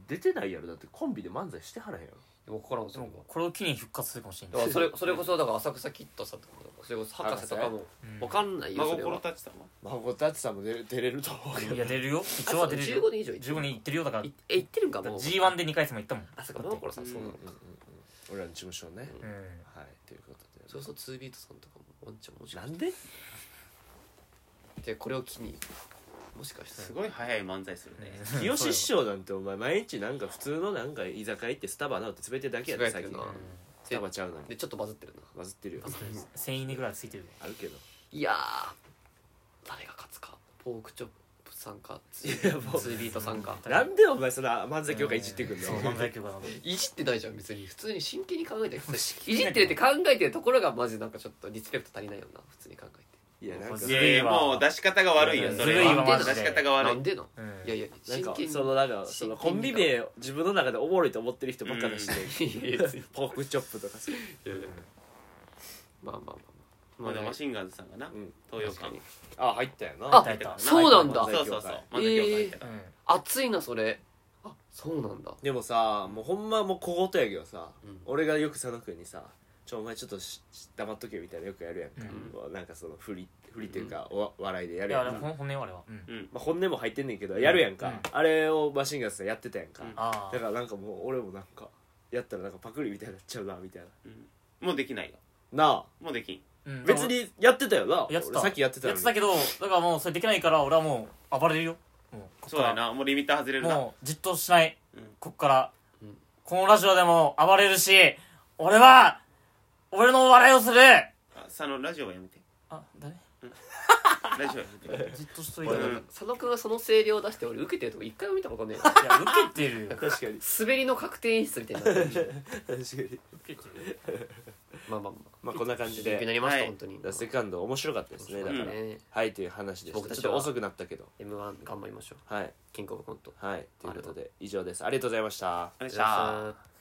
Speaker 1: 出てないやろだってコンビで漫才してはらへんやろ
Speaker 4: でもここからも
Speaker 3: で
Speaker 4: それ
Speaker 3: も
Speaker 4: が
Speaker 3: これを機に復活するかもしれ
Speaker 4: だ
Speaker 3: な
Speaker 4: か
Speaker 3: い
Speaker 4: らそれそれこそだから浅草キッドさんとかそれこそ博士とかも
Speaker 3: うん
Speaker 4: わかんないよ
Speaker 2: 真
Speaker 4: それ
Speaker 2: 心
Speaker 4: は
Speaker 2: 立ちたも
Speaker 1: 孫たちさんも出れ出れると思うけど
Speaker 3: いや出るよ一応は出れるよ
Speaker 4: 15人以上行ってる
Speaker 3: 15人いってるよだから
Speaker 4: いえ行ってるんかもう
Speaker 3: G1 で2回戦も行ったもん
Speaker 4: あそうか真心さんそうなのか
Speaker 1: うんうんうん俺らの事務所ね
Speaker 3: うん
Speaker 1: はいということで
Speaker 4: それこそ2ビートさんとかもワンちゃんもしか
Speaker 1: な
Speaker 4: し
Speaker 1: んで
Speaker 4: てこれを機にもしかして
Speaker 2: すごい早い漫才するね
Speaker 3: うん
Speaker 1: 清志師匠なんてお前毎日なんか普通のなんか居酒屋行ってスタバなって滑ってるだけやで
Speaker 4: 滑
Speaker 1: 最
Speaker 4: って
Speaker 1: 近
Speaker 4: るな
Speaker 1: スタバちゃうのに
Speaker 4: でちょっとバズってるな
Speaker 1: バズってるよ
Speaker 3: 1000いいねぐらいついてる
Speaker 1: あるけど
Speaker 4: いやー誰が勝つかポークチョップさんかツ
Speaker 1: いやもう
Speaker 4: ービートさんか
Speaker 1: なんでお前その漫才協会いじってくんの
Speaker 3: そう漫才協会の
Speaker 4: いじってないじゃん別に普通に真剣に考えてる いじってるって考えてるところがマジなんかちょっとリスペクト足りないよな普通に考えて
Speaker 1: いやなんか
Speaker 3: ず
Speaker 2: い
Speaker 3: る
Speaker 2: や
Speaker 3: い
Speaker 2: いや
Speaker 3: わ
Speaker 2: もう出し方が悪いよそ
Speaker 4: ずる
Speaker 2: れ
Speaker 4: いわマ
Speaker 2: は
Speaker 4: ジで
Speaker 2: 出し方が
Speaker 4: な
Speaker 2: 悪い
Speaker 4: んでの、
Speaker 3: うん
Speaker 4: いやいや
Speaker 1: なん
Speaker 4: 真
Speaker 1: か
Speaker 4: 剣に
Speaker 1: そのなんかそのコンビ名自分の中でおもろいと思ってる人ばっか出して
Speaker 4: いや別に
Speaker 1: ポークチョップとかさ
Speaker 4: まあまあまあ
Speaker 2: ま
Speaker 4: まあ
Speaker 2: あでもマ
Speaker 4: ン
Speaker 2: シンガンズさんがな
Speaker 1: うん
Speaker 2: 東洋館
Speaker 1: あ入ったよな
Speaker 4: あ
Speaker 1: 入った
Speaker 3: あ
Speaker 4: そうなんだ
Speaker 1: 入った
Speaker 2: そうそうそう漫才
Speaker 4: え
Speaker 2: 協会入
Speaker 4: ー
Speaker 2: ったから
Speaker 3: うん
Speaker 4: 熱いなそれあそうなんだ
Speaker 1: でもさもうほんまもう小言やけどさ、
Speaker 4: うん
Speaker 1: 俺がよく佐野君にさ「ちょお前ちょっとし黙っとけ」みたいなのよくやるやんか、なんかその振り振りっていうか、お笑いでや
Speaker 3: い
Speaker 1: るや
Speaker 3: や
Speaker 1: ん
Speaker 3: で
Speaker 1: か、
Speaker 3: も
Speaker 1: ま
Speaker 3: ほん本音よあれはうん
Speaker 2: うん
Speaker 1: あ、本音も入ってんねんけどやるやんか、
Speaker 3: うん
Speaker 1: あれをマシンガンズさんやってたやんか、
Speaker 2: うん
Speaker 1: だ
Speaker 3: あ
Speaker 1: からなんかもう俺もなんかやったらなんかパクリみたいになっちゃうなみたいな
Speaker 2: うんもうできないよ
Speaker 1: なあ
Speaker 2: もうできん
Speaker 3: あ
Speaker 1: 別にやってたよな
Speaker 3: やって
Speaker 1: 俺
Speaker 3: た
Speaker 1: さっきやってた
Speaker 3: や
Speaker 1: の
Speaker 3: って
Speaker 1: に
Speaker 3: たけどだからもうそれできないから俺はもう暴れるよもうこっ
Speaker 2: そうだ
Speaker 3: から
Speaker 2: なもうリミッター外れるな
Speaker 3: もうじっとしない
Speaker 2: うん
Speaker 3: こっから
Speaker 4: うん
Speaker 3: このラジオでも暴れるし俺は俺の笑いをする
Speaker 2: あ佐野ラジオはやめて
Speaker 3: あ誰
Speaker 2: ラジオはやめて
Speaker 3: じっとしといて
Speaker 4: 俺
Speaker 3: い
Speaker 4: なんか佐野君がその声量出して俺受けてるとこ一回も見たことねえな
Speaker 3: や受けてるよ
Speaker 1: 確かに
Speaker 4: 滑りの確定演出みたいになってる
Speaker 1: 確かに
Speaker 3: 受けてるよ
Speaker 4: まあまあま
Speaker 1: ま あこんな
Speaker 4: あ
Speaker 1: 感じ
Speaker 4: 勉強に
Speaker 1: で
Speaker 4: なりました、
Speaker 2: はい
Speaker 4: 本当に
Speaker 1: だからセカンド面白かったですねだから、
Speaker 2: うん
Speaker 4: ね
Speaker 1: はいという話でした
Speaker 4: 僕た
Speaker 1: ちょ
Speaker 4: ち
Speaker 1: っ
Speaker 4: は
Speaker 1: と遅くなったけど
Speaker 4: M1 頑張りましょう
Speaker 1: はい
Speaker 4: キングオブコント
Speaker 1: はいということで以上ですありがとうございました
Speaker 2: お願いし
Speaker 4: じゃ
Speaker 2: ます
Speaker 4: あ